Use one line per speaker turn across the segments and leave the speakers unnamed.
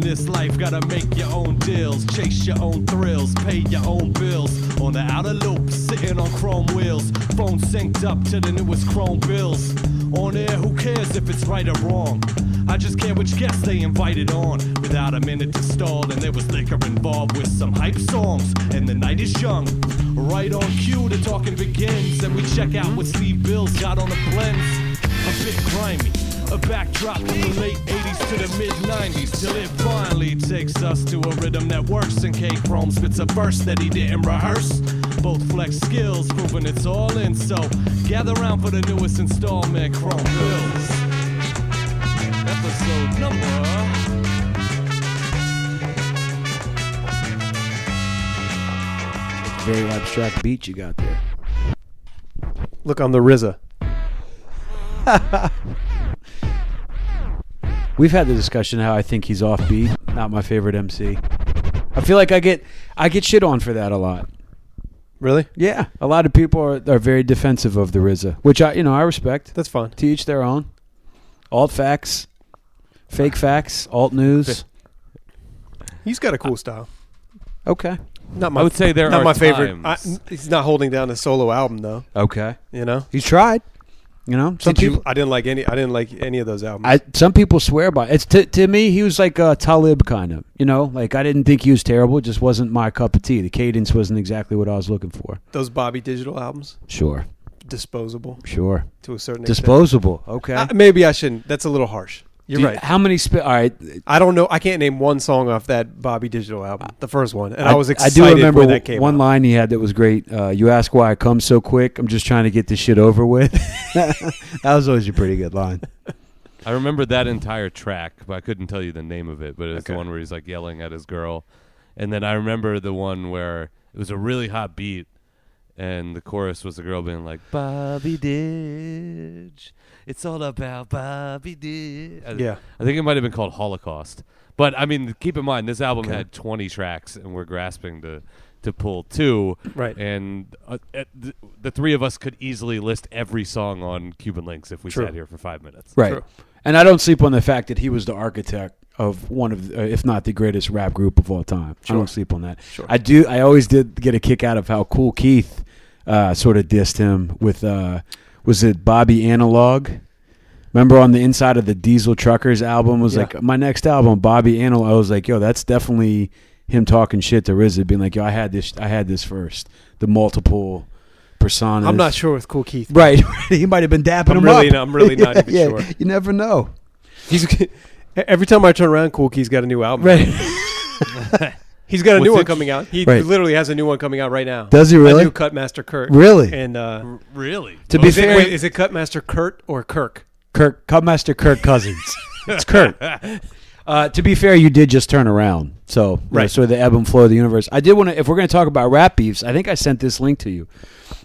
this life, gotta make your own deals, chase your own thrills, pay your own bills. On the outer loop, sitting on chrome wheels, phone synced up to the newest chrome bills. On air, who cares if it's right or wrong? I just care which guest they invited on. Without a minute to stall, and there was liquor involved with some hype songs, and the night is young. Right on cue, the talking begins, and we check out what Steve Bills got on the blends. A bit grimy, a backdrop from the late 80s to the mid 90s, till it finally takes us to a rhythm that works, and K Chrome spits a verse that he didn't rehearse. Both flex skills, proving it's all in, so gather round for the newest installment, Chrome Bills episode number.
Very abstract beat you got there.
Look, I'm the RZA.
We've had the discussion how I think he's offbeat, not my favorite MC. I feel like I get I get shit on for that a lot.
Really?
Yeah, a lot of people are, are very defensive of the RZA, which I you know I respect.
That's fine.
To each their own. Alt facts, fake facts, alt news.
He's got a cool style.
Okay.
Not my.
I would say there
not
are
my favorite. I,
times.
he's not holding down a solo album though.
Okay.
You know.
He's tried. You know,
Some
Did you-
people. I didn't like any. I didn't like any of those albums.
I, some people swear by it. It's to, to me, he was like uh, Talib kind of, you know, like I didn't think he was terrible. It just wasn't my cup of tea. The cadence wasn't exactly what I was looking for.
those Bobby Digital albums,
Sure,
disposable
sure.
to a certain extent.
Disposable. Okay.
Uh, maybe I shouldn't. That's a little harsh. You're
Do you-
right.
How many? Sp- all right.
I don't know. I can't name one song off that Bobby Digital album, the first one, and I, was excited
I do remember
when that came
one
out.
line he had that was great. Uh, you ask why I come so quick. I'm just trying to get this shit over with. that was always a pretty good line.
I remember that entire track, but I couldn't tell you the name of it. But it was the
Okay.
one where he's like yelling at his girl, and then I remember the one where it was a really hot beat, and the chorus was the girl being like, "Bobby Didge, it's all about Bobby Didge." I-
Yeah.
I think it might have been called Holocaust. But I mean, keep in mind this album
Okay.
had 20 tracks, and we're grasping to to pull two.
Right.
And uh, at th- the three of us could easily list every song on Cuban Links if we
True.
sat here for five minutes.
Right.
True.
And I don't sleep on the fact that he was the architect of one of, the, uh, if not the greatest rap group of all time. I don't sleep on that.
Sure.
I do. I always did get a kick out of how cool Keith uh, sort of dissed him with, uh, was it Bobby Analog? Remember on the inside of the Diesel Truckers album was
Yeah.
like my next album, Bobby Analog. I was like, yo, that's definitely him talking shit to RZA, being like, yo, I had this, I had this first. The multiple personas.
I'm not sure with Cool Keith.
Right, he might have been dapping
I'm
him
really
up.
not- I'm really not even
Yeah,
sure.
You never know.
He's every time I turn around, Cool Keith's got a new album.
Right.
He's got a
What's
new one
it-
coming out. He
Right.
literally has a new one coming out right now.
Does he
A
really?
new Cutmaster Kurt.
Really?
And uh,
Really?
To be
is, it,
fair,
wait, is it Cutmaster Kurt or Kirk?
Kirk, Cubmaster Kirk Cousins. it's Kirk. Uh, to be fair, you did just turn around. So, you know,
Right.
sort of the ebb and flow of the universe. I did want to, if we're going to talk about rap beefs, I think I sent this link to you.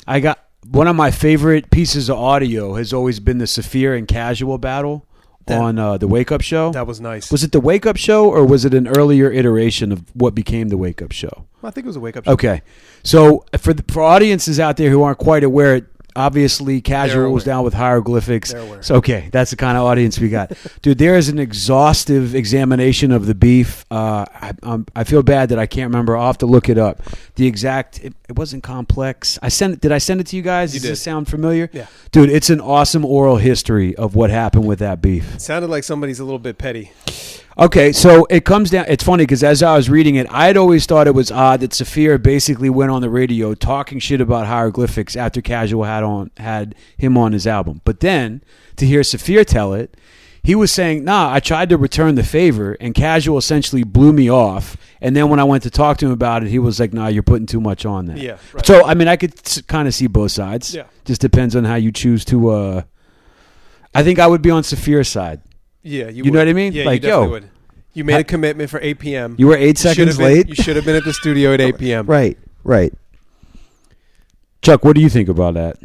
I got one of my favorite pieces of audio has always been the Saphir and Casual battle
That-
on uh, the Wake Up Show.
That was nice.
was it the Wake Up Show or was it an earlier iteration of what became the Wake Up Show?
I think it was a wake up.
Okay. So for the, for audiences out there who aren't quite aware, obviously casual was
aware.
down with hieroglyphics.
They're aware.
So okay, that's the kind of audience we got, dude. There is an exhaustive examination of the beef. Uh, I, um, I feel bad that I can't remember. I'll have to look it up. The exact. It, it wasn't complex. I sent. it. Did I send it to you guys?
You
Does this
did.
sound familiar?
Yeah.
Dude, it's an awesome oral history of what happened with that beef.
It sounded like somebody's a little bit petty.
Okay, so it comes down. It's funny because as I was reading it, I had always thought it was odd that Saphir basically went on the radio talking shit about hieroglyphics after Casual had on had him on his album. But then to hear Saphir tell it, he was saying, "Nah, I tried to return the favor, and Casual essentially blew me off." And then when I went to talk to him about it, he was like, "Nah, you're putting too much on that."
Yeah, right.
So I mean, I could kind of see both sides.
Yeah.
Just depends on how you choose to. uh I think I would be on Saphir's side.
Yeah, you,
You know what
would.
I mean?
Yeah,
Like,
you definitely
yo.
would. You made a commitment for 8 p.m.
You were eight
should
seconds
have been-
late.
You should have been at the studio at 8 p.m.
Right, right. Chuck, what do you think about that?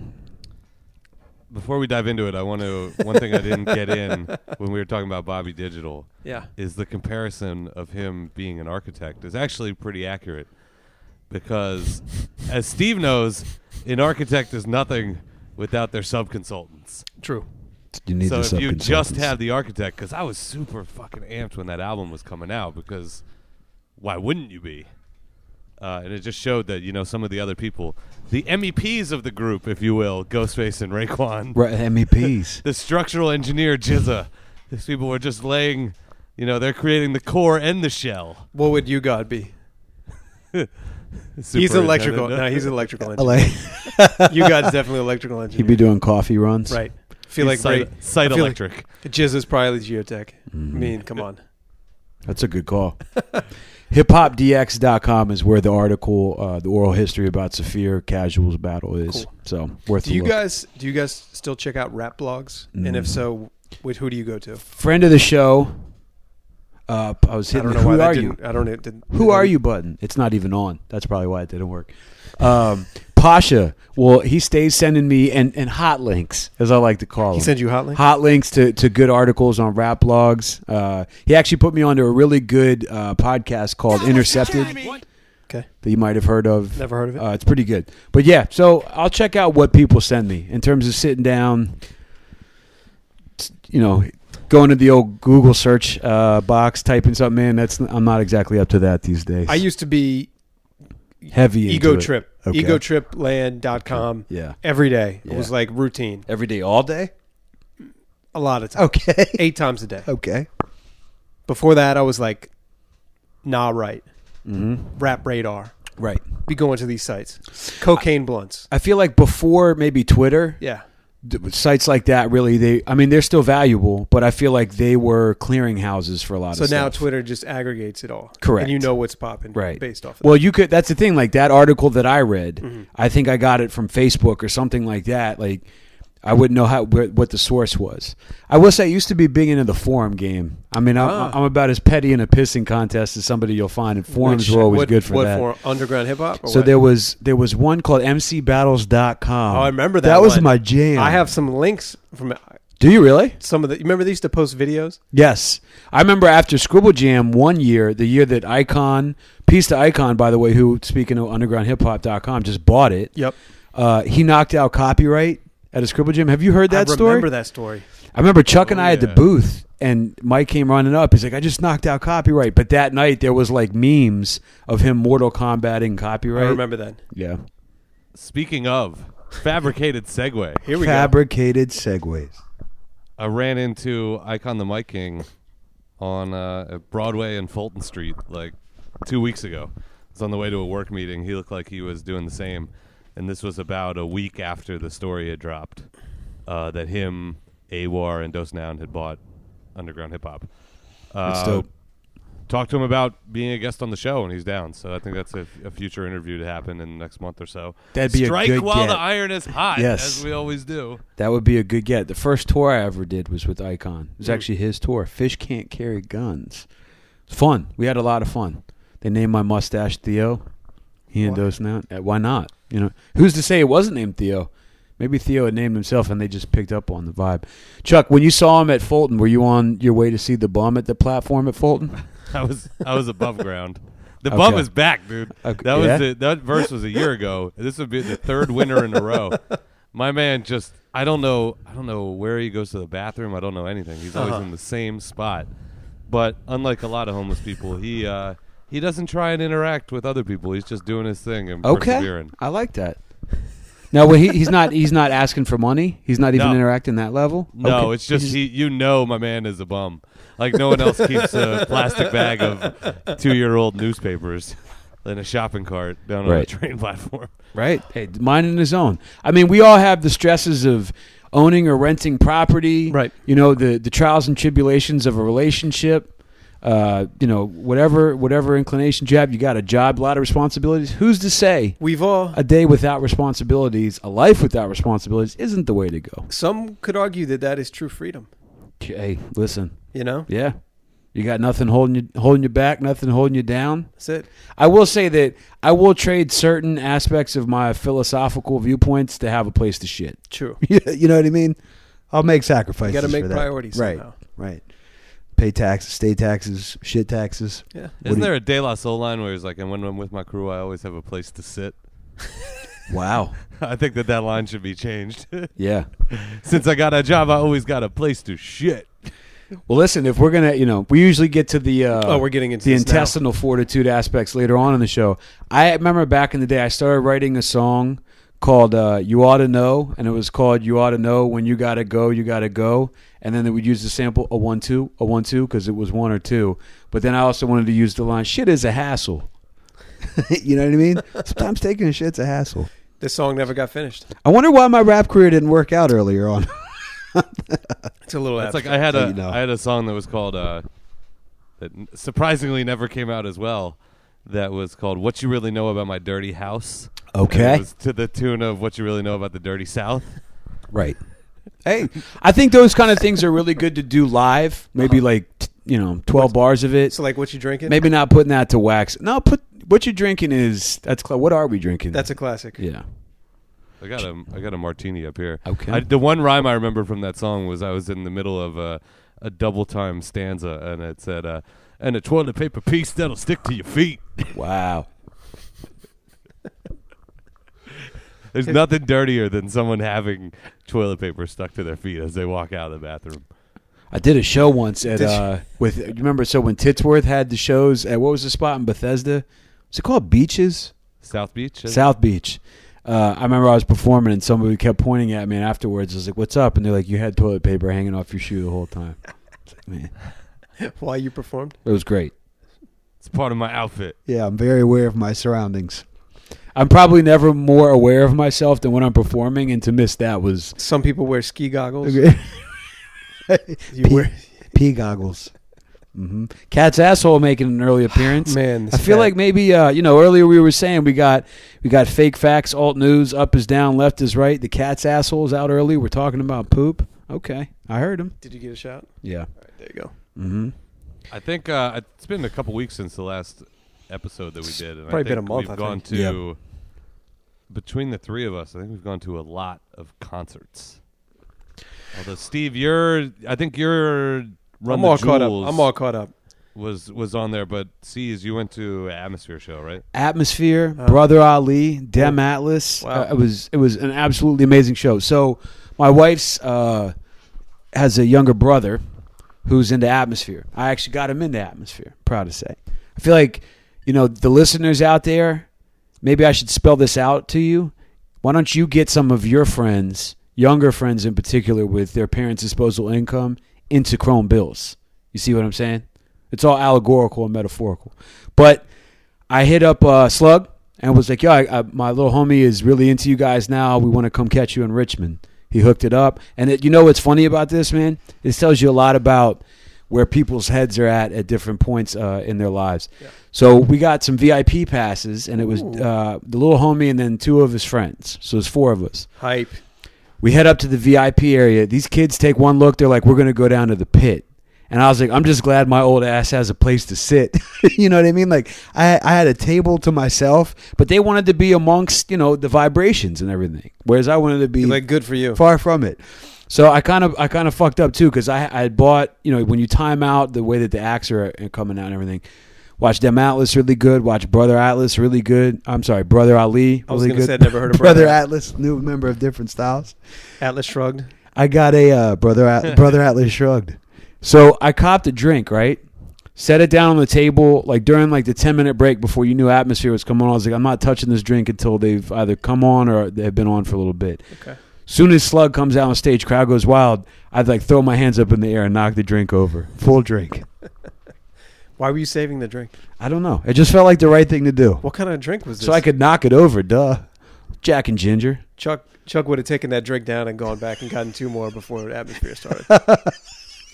Before we dive into it, I want to. One thing I didn't get in when we were talking about Bobby Digital
Yeah.
is the comparison of him being an architect is actually pretty accurate because, as Steve knows, an architect is nothing without their subconsultants.
True.
You need
so
the
if you just
subconsultants.
have the architect, because I was super fucking amped when that album was coming out, because why wouldn't you be? Uh, and it just showed that you know some of the other people, the MEPs of the group, if you will, Ghostface and Raekwon,
Right, MEPs.
the structural engineer Jizza. These people were just laying, you know, they're creating the core and the shell.
What would you God be? He's
Superintendent.
electrical. No, he's an electrical engineer.
like,
you God's definitely electrical engineer.
he'd be doing coffee runs.
right. Feel like
He's site,
Ray-
site
I feel like-
electric.
Jizz is probably geotech.
Mm-hmm.
I mean, come on.
That's a good call. HipHopDX.com is where the article, uh, the oral history about Saphir Casuals battle is.
Cool.
So worth
Do
a
you
look. Mm.
guys do you guys still check out rap blogs? And if so, which, who do you go to?
Friend of the show. Uh, I was
I
hitting.
don't
the
know
who
why that
are you?
didn't. I don't. It didn't
Who
did
are
that-
you button? It's not even on. That's probably why it didn't work. Um, Pasha, well, he stays sending me and, and hot links, as I like to call
He
them.
sent you hot link.
Hot links to, to good articles on rap blogs. Uh, he actually put me onto a really good uh, podcast called Intercepted
Okay,
that you might have heard of.
never heard of it.
Uh, it's pretty good. But yeah, so I'll check out what people send me in terms of sitting down, you know, going to the old Google search uh, box, typing something in. That's I'm not exactly up to that these days.
I used to be
heavy into
ego
it.
trip.
Okay.
Egotripland.com
Yeah.
every day. It
Yeah.
was like routine.
Every day, all day.
A lot of times.
Okay.
Eight times a day.
okay.
Before that, I was like, nah, right.
hmm
Rap radar.
Right.
Be going to these sites. Cocaine blunts.
I feel like before maybe Twitter,
Yeah.
d- sites like that really they. I mean, they're still valuable, but I feel like they were clearinghouses for a lot
So
of.
now
stuff.
Twitter just aggregates it all.
Correct.
And you know what's popping
Right.
based off of Mm-hmm.
Well, you could. That's the thing. Like that article that I read, I think I got it from Facebook or something like that. Like I wouldn't know how where, what the source was. I will say I used to be big into the forum game. I mean, I'm,
Ah.
I'm about as petty in a pissing contest as somebody you'll find. And
that.
forums
Which-
were always
what-
good for
what
that.
forum? Underground hip hop? or
So
what?
there was there was one called mcbattles.com.
Oh, I remember that.
That was
one.
my jam.
I have some links from uh,
Do you really?
some of the. You remember they used to post videos?
Yes. I remember after Scribble Jam one year, the year that Icon, piece to Icon, by the way, who speaking of undergroundhiphop.com just bought it.
Yep.
Uh, he knocked out copyright at a Scribble Jam. Have you heard that
I
story?
remember that story.
I remember Chuck and
Oh,
I at the
yeah.
booth, and Mike came running up. He's like, "I just knocked out copyright." But that night, there was like memes of him Mortal Kombating copyright.
I remember that.
Yeah.
Speaking of fabricated segue,
Here we go.
Fabricated segues.
I ran into Icon the Mike King on uh, at Broadway and Fulton Street like two weeks ago. I was on the way to a work meeting. He looked like he was doing the same, and this was about a week after the story had dropped uh, that him, Awar, and Dos Noun had bought Underground Hip Hop. Uh,
That's dope.
Talked to him about being a guest on the show, and he's down. So I think that's a, a future interview to happen in the next month or so.
That'd be a
strike
good
while
get.
the iron is hot,
Yes.
as we always do.
That would be a good get. The first tour I ever did was with Icon. It was
Mm.
actually his tour. Fish can't carry guns. It's fun. We had a lot of fun. They named my mustache Theo. He and
Why?
Dos now. Uh, Why not? You know, who's to say it wasn't named Theo? Maybe Theo had named himself, and they just picked up on the vibe. Chuck, when you saw him at Fulton, were you on your way to see the bum at the platform at Fulton?
I was I was above ground. The bum
Okay.
is back, dude.
Okay,
That
yeah?
was the, that verse was a year ago. This would be the third winter in a row. My man just I don't know I don't know where he goes to the bathroom. I don't know anything. He's always
Uh-huh.
in the same spot. But unlike a lot of homeless people, he uh, he doesn't try and interact with other people. He's just doing his thing and
Okay,
persevering.
I like that. Now, when he, he's not he's not asking for money. He's not even
No.
interacting that level.
No,
Okay.
it's just he. You know, my man is a bum. Like no one else keeps a plastic bag of two-year-old newspapers in a shopping cart down on a
Right.
train platform.
Right. Hey, minding his own. I mean, we all have the stresses of owning or renting property.
Right.
You know, the the trials and tribulations of a relationship. Uh, you know, whatever whatever inclinations you have, you got a job, a lot of responsibilities. Who's to say
We've all.
a day without responsibilities, a life without responsibilities, isn't the way to go?
Some could argue that that is true freedom.
Hey, listen,
You know,
yeah, you got nothing holding you holding you back, nothing holding you down.
that's it.
I will say that I will trade certain aspects of my philosophical viewpoints to have a place to shit.
True.
you know what I mean? I'll make sacrifices.
You got to make
for that.
priorities.
Right,
Somehow.
right. Pay taxes, state taxes, shit taxes.
Yeah.
do
Isn't
you-
there a De La Soul line where he's like, and when I'm with my crew, I always have a place to sit?
Wow.
I think that that line should be changed.
Yeah.
Since I got a job, I always got a place to shit.
Well, listen, if we're gonna, you know, we usually get to the uh,
Oh, we're getting into
the
this now.
intestinal fortitude aspects later on in the show. I remember back in the day, I started writing a song called uh, "You Ought to Know," and it was called "You Ought to Know When You Gotta Go, You Gotta Go," and then they would use the sample a one two a one two because it was one or two. But then I also wanted to use the line "Shit is a hassle." you know what I mean? Sometimes taking a shit's a hassle.
This song never got finished.
I wonder why my rap career didn't work out earlier on.
It's a little.
It's
abstract.
like I had
So
a I
you know.
had a song that was called uh, that n- surprisingly never came out as well. That was called "What You Really Know About My Dirty House." And
Okay.
it was to the tune of "What You Really Know About the Dirty South."
Right. Hey, I think those kind of things are really good to do live. Maybe like t- you know, twelve bars of it.
Uh-huh. so like what you drinking?
Maybe not putting that to wax. No, put what you're drinking is that's cl- what are we drinking?
that's a classic.
yeah.
I got a I got a martini up here.
Okay.
I, the one rhyme I remember from that song was I was in the middle of a, a double time stanza, and it said, uh, "And a toilet paper piece that'll stick to your feet."
Wow.
There's nothing dirtier than someone having toilet paper stuck to their feet as they walk out of the bathroom.
I did a show once at
Did you-
uh with you remember so when Titsworth had the shows at what was the spot in Bethesda? Was it called Beaches?
South Beach. is it?
South Beach. Uh, I remember I was performing and somebody kept pointing at me and afterwards I was like, What's up? And they're like, You had toilet paper hanging off your shoe the whole time. It's like, man,
Why you performed?
it was great.
It's part of my outfit.
Yeah, I'm very aware of my surroundings. I'm probably never more aware of myself than when I'm performing, and to miss that was
Some people wear ski goggles. You
Pee-
wear
pee goggles. hmm Cat's asshole making an early appearance.
man. this
I feel
cat.
like maybe uh, you know earlier we were saying we got we got fake facts, alt news, up is down, left is right. The cat's asshole is out early. We're talking about poop. Okay, I heard him.
Did you get a shot?
Yeah.
All right, there you go.
Mm-hmm.
I think uh, it's been a couple weeks since the last episode that we did. And I
Probably been
think
a month,
We've
I
gone
think.
to between the three of us. I think we've gone to a lot of concerts. Although Steve, you're I think you're run
I'm
the
all caught up.
Jewels
I'm all caught up.
was was on there, but C's you went to an Atmosphere show, right?
Atmosphere,
Oh.
Brother Ali, Dem Atlas.
Wow.
Uh, it was it was an absolutely amazing show. So my wife's uh, has a younger brother who's into Atmosphere. I actually got him into Atmosphere. Proud to say. I feel like you know the listeners out there. Maybe I should spell this out to you. Why don't you get some of your friends, younger friends in particular, with their parents' disposable income into Chrome bills? You see what I'm saying? It's all allegorical and metaphorical. But I hit up uh, Slug and was like, "Yo, I, I, my little homie is really into you guys now. We want to come catch you in Richmond." He hooked it up, and it, you know what's funny about this, man? This tells you a lot about where people's heads are at at different points uh, in their lives. So we got some VIP passes, and it was uh, the little homie and then two of his friends. So it's four of us.
Hype.
We head up to the VIP area. These kids take one look. They're like, "We're gonna go down to the pit." And I was like, "I'm just glad my old ass has a place to sit." you know what I mean? Like, I, I had a table to myself, but they wanted to be amongst you know the vibrations and everything, whereas I wanted to be
You're like good for you.
far from it. So I kind of I kind of fucked up too because I I had bought you know when you time out the way that the acts are coming out and everything. Watch Dem Atlas really good. Watch Brother Atlas really good. I'm sorry, Brother Ali.
I was
really
gonna
good.
say I'd never heard of
Brother
Brother Atlas.
Atlas, new member of Different Styles.
Atlas shrugged.
I got a uh, brother At- brother Atlas shrugged. So I copped a drink, right? Set it down on the table, like during like the ten minute break before you knew atmosphere was coming on. I was like, I'm not touching this drink until they've either come on or they've been on for a little bit.
Okay.
Soon as Slug comes out on stage, crowd goes wild. I'd like throw my hands up in the air and knock the drink over, full drink.
Why were you saving the drink?
I don't know. It just felt like the right thing to do,
What kind of drink was this?
so I could knock it over. Duh, Jack and Ginger.
Chuck Chuck would have taken that drink down and gone back and gotten two more before the atmosphere started.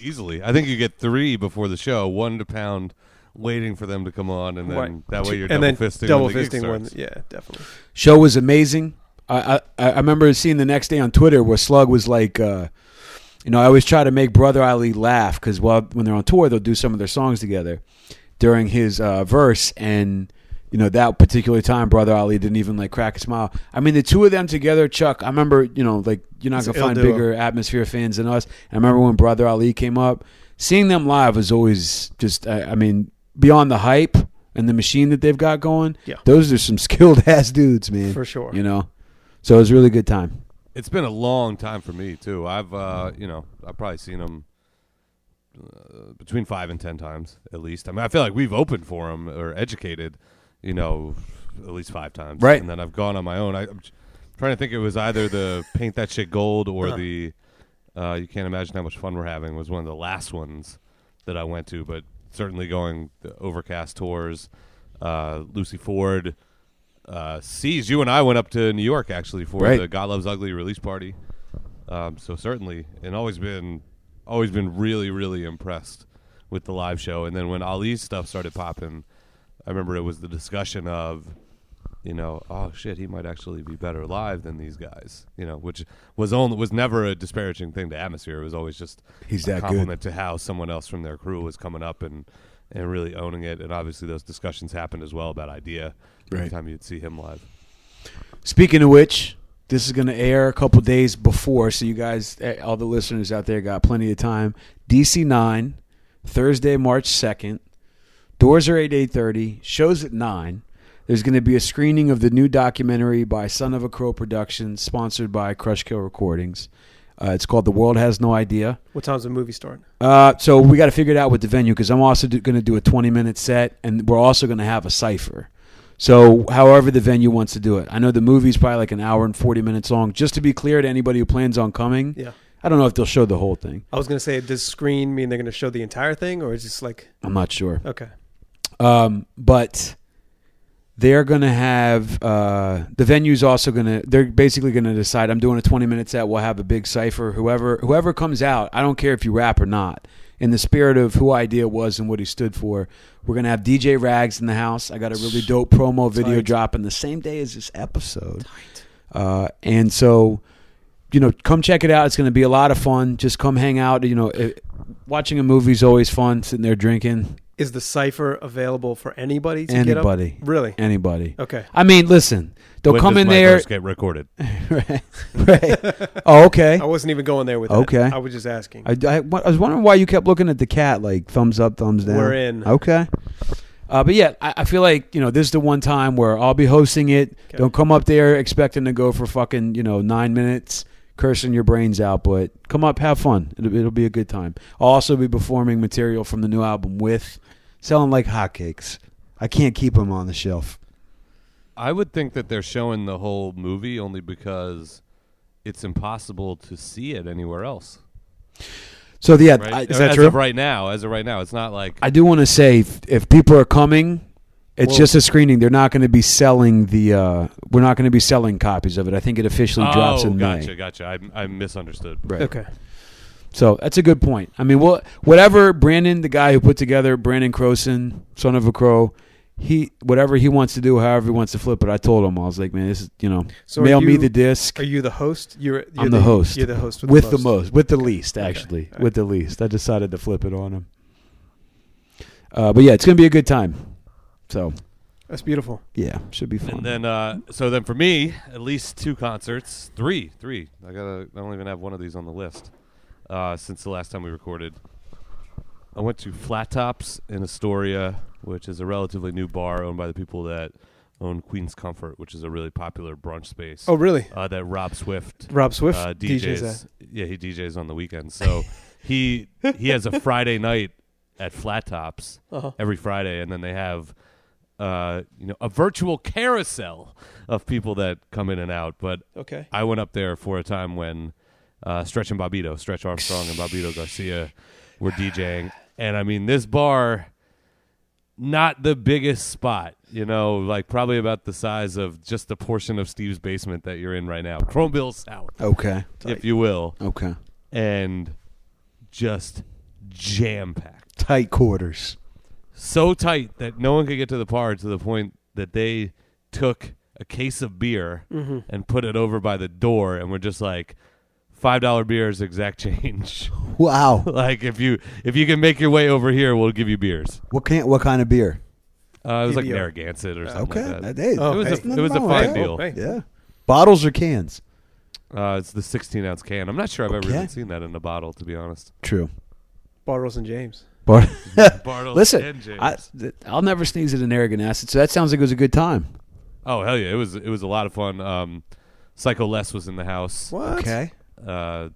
Easily, I think you get three before the show, one to pound, waiting for them to come on, and then
Right.
that way you're
and then
double fisting.
double
when the gig
fisting one.
starts.
Yeah, definitely.
show was amazing. I, I I remember seeing the next day on Twitter where Slug was like, uh, you know, I always try to make Brother Ali laugh because while when they're on tour, they'll do some of their songs together during his uh, verse, and you know that particular time, Brother Ali didn't even like crack a smile. I mean, the two of them together, Chuck. I remember, you know, like you're not
It's
gonna
an ill
find
duo.
bigger atmosphere fans than us. I remember when Brother Ali came up, seeing them live was always just, I, I mean, beyond the hype and the machine that they've got going.
Yeah.
those are some skilled ass dudes, man.
For sure.
You know, So it was a really good time.
It's been a long time for me too. I've uh, you know I've probably seen them uh, between five and ten times at least. I mean I feel like we've opened for them or educated, you know, at least five times.
Right.
And then I've gone on my own. I, I'm j- trying to think. It was either the paint that shit gold or the uh, you can't imagine how much fun we're having was one of the last ones that I went to. But certainly going the overcast tours, uh, Lucy Ford. Uh, sees you and I went up to New York actually for
Right.
the God Loves Ugly release party. Um, so certainly, and always been, always been really, really impressed with the live show. And then when Ali's stuff started popping, I remember it was the discussion of, you know, oh shit, he might actually be better live than these guys. You know, which was only was never a disparaging thing to Atmosphere. It was always just
He's
a
that good.
compliment to how someone else from their crew was coming up and and really owning it. And obviously, those discussions happened as well about idea.
Right.
Every time you'd see him live.
Speaking of which, this is going to air a couple days before, so you guys, eh, all the listeners out there, got plenty of time. DC nine, Thursday, March second. Doors are eight eight thirty. Shows at nine. There's going to be a screening of the new documentary by Son of a Crow Productions, sponsored by Crushkill Recordings. Uh, it's called "The World Has No Idea."
What time's the movie starting?
Uh, so we got to figure it out with the venue because I'm also do, going to do a 20 minute set, and we're also going to have a cipher. So, however the venue wants to do it, I know the movie's probably like an hour and 40 minutes long. Just to be clear to anybody who plans on coming,
Yeah.
I don't know if they'll show the whole thing.
I was gonna say, does screen mean they're gonna show the entire thing, or is just like
I'm not sure,
okay?
um, but they're going to have uh, the venue's also going to. They're basically going to decide. I'm doing a 20 minute set. We'll have a big cipher. Whoever whoever comes out, I don't care if you rap or not. in the spirit of who Idea was and what he stood for. We're gonna have DJ Rags in the house. I got a really dope promo video
Tight.
dropping the same day as this episode. Uh, and so, you know, come check it out. It's gonna be a lot of fun. Just come hang out. You know, it, watching a movie's always fun. Sitting there drinking,
Is the cipher available for anybody to
Anybody.
get up? Really?
anybody.
Okay.
I mean, listen, they'll
When
come
does
in
my
there.
verse get recorded.
right, right. Oh, okay.
I wasn't even going there with that.
Okay.
I was just asking.
I, I, I was wondering why you kept looking at the cat like thumbs up, thumbs down.
We're in.
Okay. Uh, but yeah, I, I feel like you know this is the one time where I'll be hosting it.
Okay.
Don't come up there expecting to go for fucking you know nine minutes cursing your brains out, but come up, have fun. It'll, it'll be a good time. I'll also be performing material from the new album with selling like hotcakes. I can't keep them on the shelf.
I would think that they're showing the whole movie only because it's impossible to see it anywhere else.
So yeah,
Right?
Uh, I,
as of right now, as of right now, it's not like
I do want to say if, if people are coming, it's
Well-
just a screening. They're not going to be selling the. Uh, we're not going to be selling copies of it. I think it officially
oh,
drops in
gotcha,
May.
gotcha. I, I misunderstood.
Right.
okay.
So that's a good point. I mean, well, whatever Brandon, the guy who put together Brandon Croson, son of a crow, he whatever he wants to do, however he wants to flip it. I told him I was like, man, this is you know,
So are
mail me
you-
the disc.
Are you the host? You're, you're
I'm the, host.
You're the host with,
with
the, most.
with the least actually,
All right.
with the least. I decided to flip it on him. Uh, but yeah, it's gonna be a good time. So
That's beautiful.
Yeah, should be fun.
And then, uh, so then for me, at least two concerts, three, three. I gotta. I don't even have one of these on the list uh, since the last time we recorded. I went to Flat Tops in Astoria, which is a relatively new bar owned by the people that own Queen's Comfort, which is a really popular brunch space.
Oh, really?
uh, that Rob Swift
Rob Swift
uh,
DJs.
DJs. yeah, he DJs on the weekends. So he he has a Friday night at Flat Tops
Uh-huh.
every Friday, and then they have uh, you know a virtual carousel of people that come in and out. But
Okay.
I went up there for a time when uh, Stretch and Bobito, Stretch Armstrong and Bobito Garcia were DJing. And I mean, this bar, not the biggest spot, you know, like probably about the size of just the portion of Steve's basement that you're in right now. Chromeville South,
okay.
if you will.
Okay.
And just jam packed
Tight quarters.
so tight that no one could get to the par to the point that they took a case of beer
Mm-hmm.
and put it over by the door and were just like five dollar beers exact change
Wow.
like if you if you can make your way over here we'll give you beers
What can what kind of beer?
uh, it was like
PBR.
narragansett or something
Okay.
like that
Hey,
Oh,
it was
hey.
a, it was a
Nothing wrong
fine
with
deal
that.
Yeah. Bottles or cans?
uh, it's the 16 ounce can i'm not sure i've ever
Okay.
even seen that in a bottle to be honest
True.
Bartles and James.
But
Bartles
listen,
and James.
I, th- I'll never sneeze at an arrogant acid, so that sounds like it was a good time.
Oh hell yeah! It was it was a lot of fun. Um, Psycho Les was in the house.
What?
Okay.
Uh,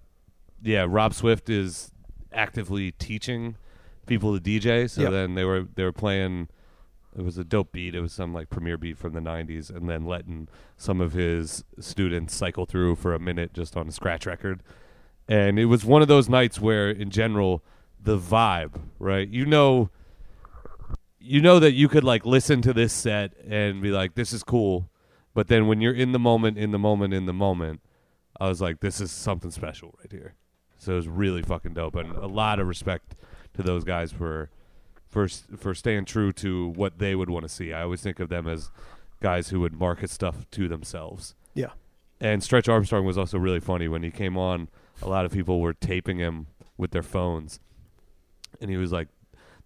yeah, Rob Swift is actively teaching people to DJ. So
Yep.
then they were they were playing. It was a dope beat. It was some like premiere beat from the '90s, and then letting some of his students cycle through for a minute just on a scratch record. And it was one of those nights where, in general, the vibe, right? You know, you know that you could like listen to this set and be like, "This is cool," but then when you're in the moment, in the moment, in the moment, I was like, "This is something special right here." So it was really fucking dope, and a lot of respect to those guys for for for staying true to what they would want to see. I always think of them as guys who would market stuff to themselves.
Yeah.
And Stretch Armstrong was also really funny when he came on. A lot of people were taping him with their phones, and he was like,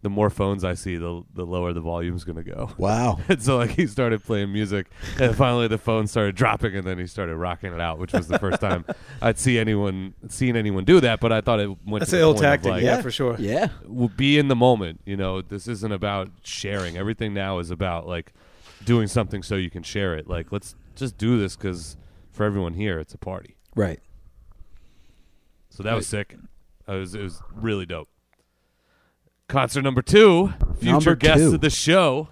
"The more phones I see, the the lower the volume's gonna go."
Wow.
And so like he started playing music, and finally the phone started dropping, and then he started rocking it out, which was the first time I'd see anyone seen anyone do that. But I thought it went.
That's
to
an
the
ill
point of,
tactic.
like,
yeah, for sure.
Yeah.
w- be in the moment. You know, this isn't about sharing. Everything now is about like doing something so you can share it. Like let's just do this because for everyone here, it's a party.
Right.
So that was sick. It was it was really dope. Concert number two, future
Number
guest
two.
of the show.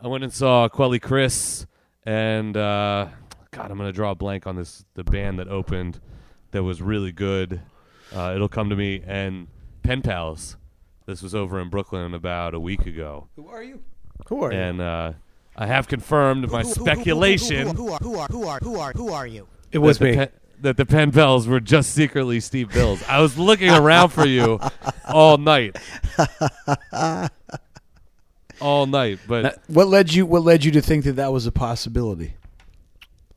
I went and saw Quelly Chris and uh, God, I'm gonna draw a blank on this the band that opened that was really good. Uh, it'll come to me and Pen Pals. This was over in Brooklyn about a week ago,
Who are you?
Who are you?
and uh, I have confirmed my speculation
Who are who are who are who are who are you?
it was
that the
me.
pen- that the pen pals were just secretly Steve Bills. I was looking around for you all night, all night. But
What led you? What led you to think that that was a possibility?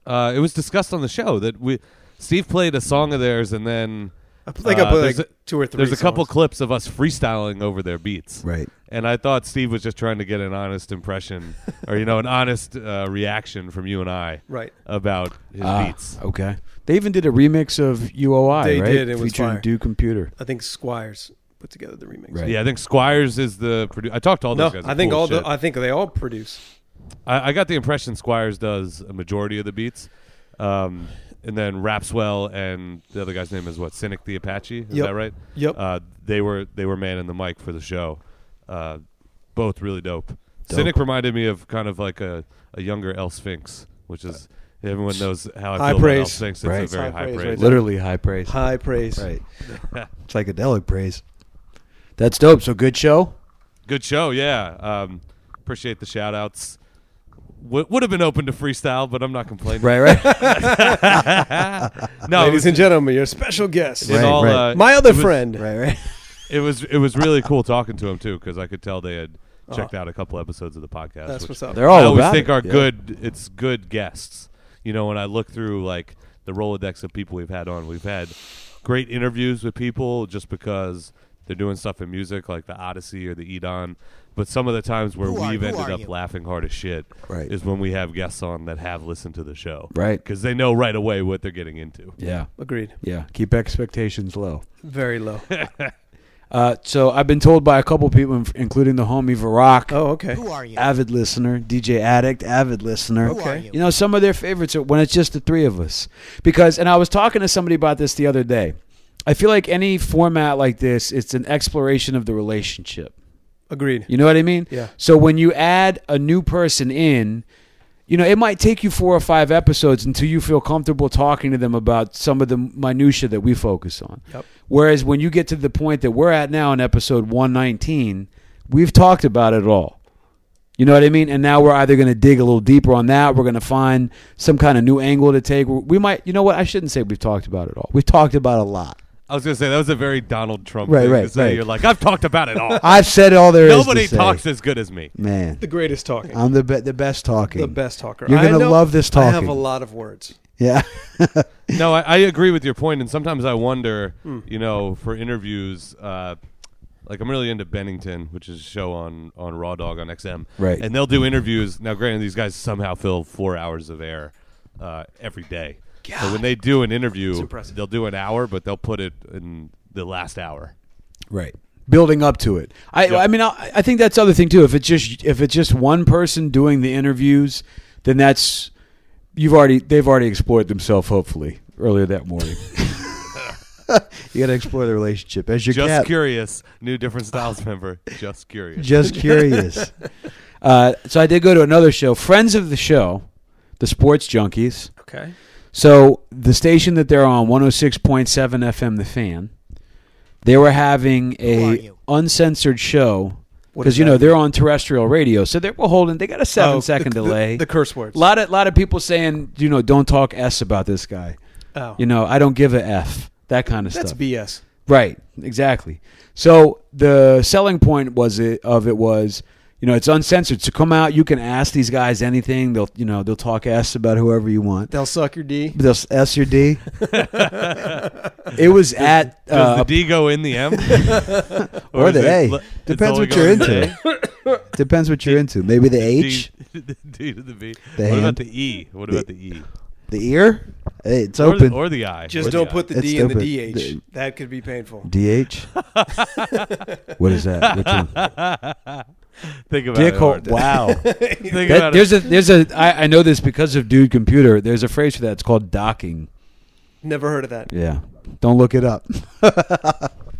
uh, it was discussed on the show that we Steve played a song of theirs, and then
I think
uh,
I put
there's
like
a-
two or three.
there's a couple
songs.
clips of us freestyling over their beats.
Right.
And I thought Steve was just trying to get an honest impression, or you know, an honest uh, reaction from you and I,
Right.
about his beats.
Ah, Okay. They even did a remix of UOI.
They
right?
did, it was
featuring
fire.
Do Computer.
I think Squires put together the remix.
Right.
Yeah, I think Squires is the producer. I talked to all
No,
those guys.
I think
Cool
all
shit.
the, I think they all produce.
I, I got the impression Squires does a majority of the beats, um, and then Rapswell and the other guy's name is what Cynic the Apache. Is
Yep.
that right?
Yep.
Uh, they were they were man in the mic for the show. Uh, both really dope. Cynic reminded me of kind of like a, a younger El Sphinx, which is everyone knows how
High
I feel about El
praise.
Sphinx. It's a
Right.
very
High
high
praise
praise.
right there.
Literally high praise.
High praise.
Right. Psychedelic praise. That's dope. So good show.
Good show, yeah. Um, appreciate the shout outs. W- would have been open to freestyle, but I'm not complaining.
Right. Right.
No, it
Ladies
was,
and gentlemen, your special guest,
in
Right,
all,
right.
uh,
my other
it was-
friend.
right. Right.
It was it was really cool talking to him too because I could tell they had
Oh.
checked out a couple episodes of the podcast.
That's
which
what's up.
They're
I
all
always
about
think
it.
are
Yeah.
good. It's good guests. You know, when I look through like the rolodex of people we've had on, we've had great interviews with people just because they're doing stuff in music like the Odyssey or the Edon. But some of the times where
Who are-
we've
who
ended
are
up
you?
laughing hard as shit
Right.
is when we have guests on that have listened to the show,
Right.
Because they know right away what they're getting into.
Yeah.
Agreed.
Yeah. Keep expectations low.
Very low.
Uh, so I've been told by a couple people, inf- including the homie Varrock,
Oh, okay.
Who are you?
avid listener, DJ Addict, avid listener.
Who are
okay.
you?
You know, some of their favorites are when it's just the three of us. Because, and I was talking to somebody about this the other day. I feel like any format like this, it's an exploration of the relationship.
Agreed.
You know what I mean?
Yeah.
So when you add a new person in, you know, it might take you four or five episodes until you feel comfortable talking to them about some of the minutia that we focus on.
Yep.
Whereas when you get to the point that we're at now in episode 119, we've talked about it all. You know what I mean? And now we're either going to dig a little deeper on that, we're going to find some kind of new angle to take. We might, you know what? I shouldn't say we've talked about it all. We've talked about a lot.
I was gonna say that was a very Donald Trump
Right,
thing to
right,
say.
right.
You're like, I've talked about it all.
I've said all there is.
Nobody
to say.
talks as good as me.
Man,
The greatest talking.
I'm the be- the best talking.
the best talker.
You're
I
gonna
know
love this
I have
talking.
a lot of words.
Yeah.
no, I, I agree with your point, and sometimes I wonder, you know, for interviews, uh, like I'm really into Bennington, which is a show on on Raw Dog on XM,
Right.
And they'll do interviews. Now, granted, these guys somehow fill four hours of air uh, every day. So when they do an interview,
impressive.
they'll do an hour, but they'll put it in the last hour.
right building up to it i
Yeah.
i mean I, I think that's the other thing too if it's just if it's just one person doing the interviews then that's you've already they've already explored themselves. Hopefully earlier that morning. you got to explore the relationship as your
Just
cat.
curious, new different styles member. Just curious.
just curious. uh, so I did go to another show, friends of the show, the Sports Junkies.
Okay.
So the station that they're on, 106.7 FM The Fan, they were having
Who are
a
you?
uncensored show
What
because
is
you know
that?
they're on terrestrial radio, so they're holding. They got a
Oh,
seven second
the- the-
delay.
The, curse words.
a lot of lot of people saying, you know, don't talk s about this guy.
oh.
You know, I don't give a f. That kind of
That's
stuff.
BS.
Right, exactly. So the selling point was it of it was, you know, it's uncensored. So come out, you can ask these guys anything. They'll you know they'll talk ass about whoever you want.
They'll suck your D.
They'll s- S or D. it was at
Does
uh,
the D go in the M?
or,
is
the
it
A.
le- it's
Depends
only
what you're
going to
into. Depends what you're into. Maybe the
the A?
H,
D, the D to the B.
The
what about
hand.
the E? What about the E?
the ear. Hey, it's
Or the,
open.
or the I.
Just
Or
don't
I.
put the
That's
D in the
stupid.
DH.
The-
that could be painful.
DH. what is that? Which one?
Think about
Dick
it.
hole.
Howard.
Wow.
Think
That,
about
there's
it.
a there's a I, I know this because of Dude Computer. There's a phrase for that. It's called docking.
Never heard of that.
Yeah. Don't look it up.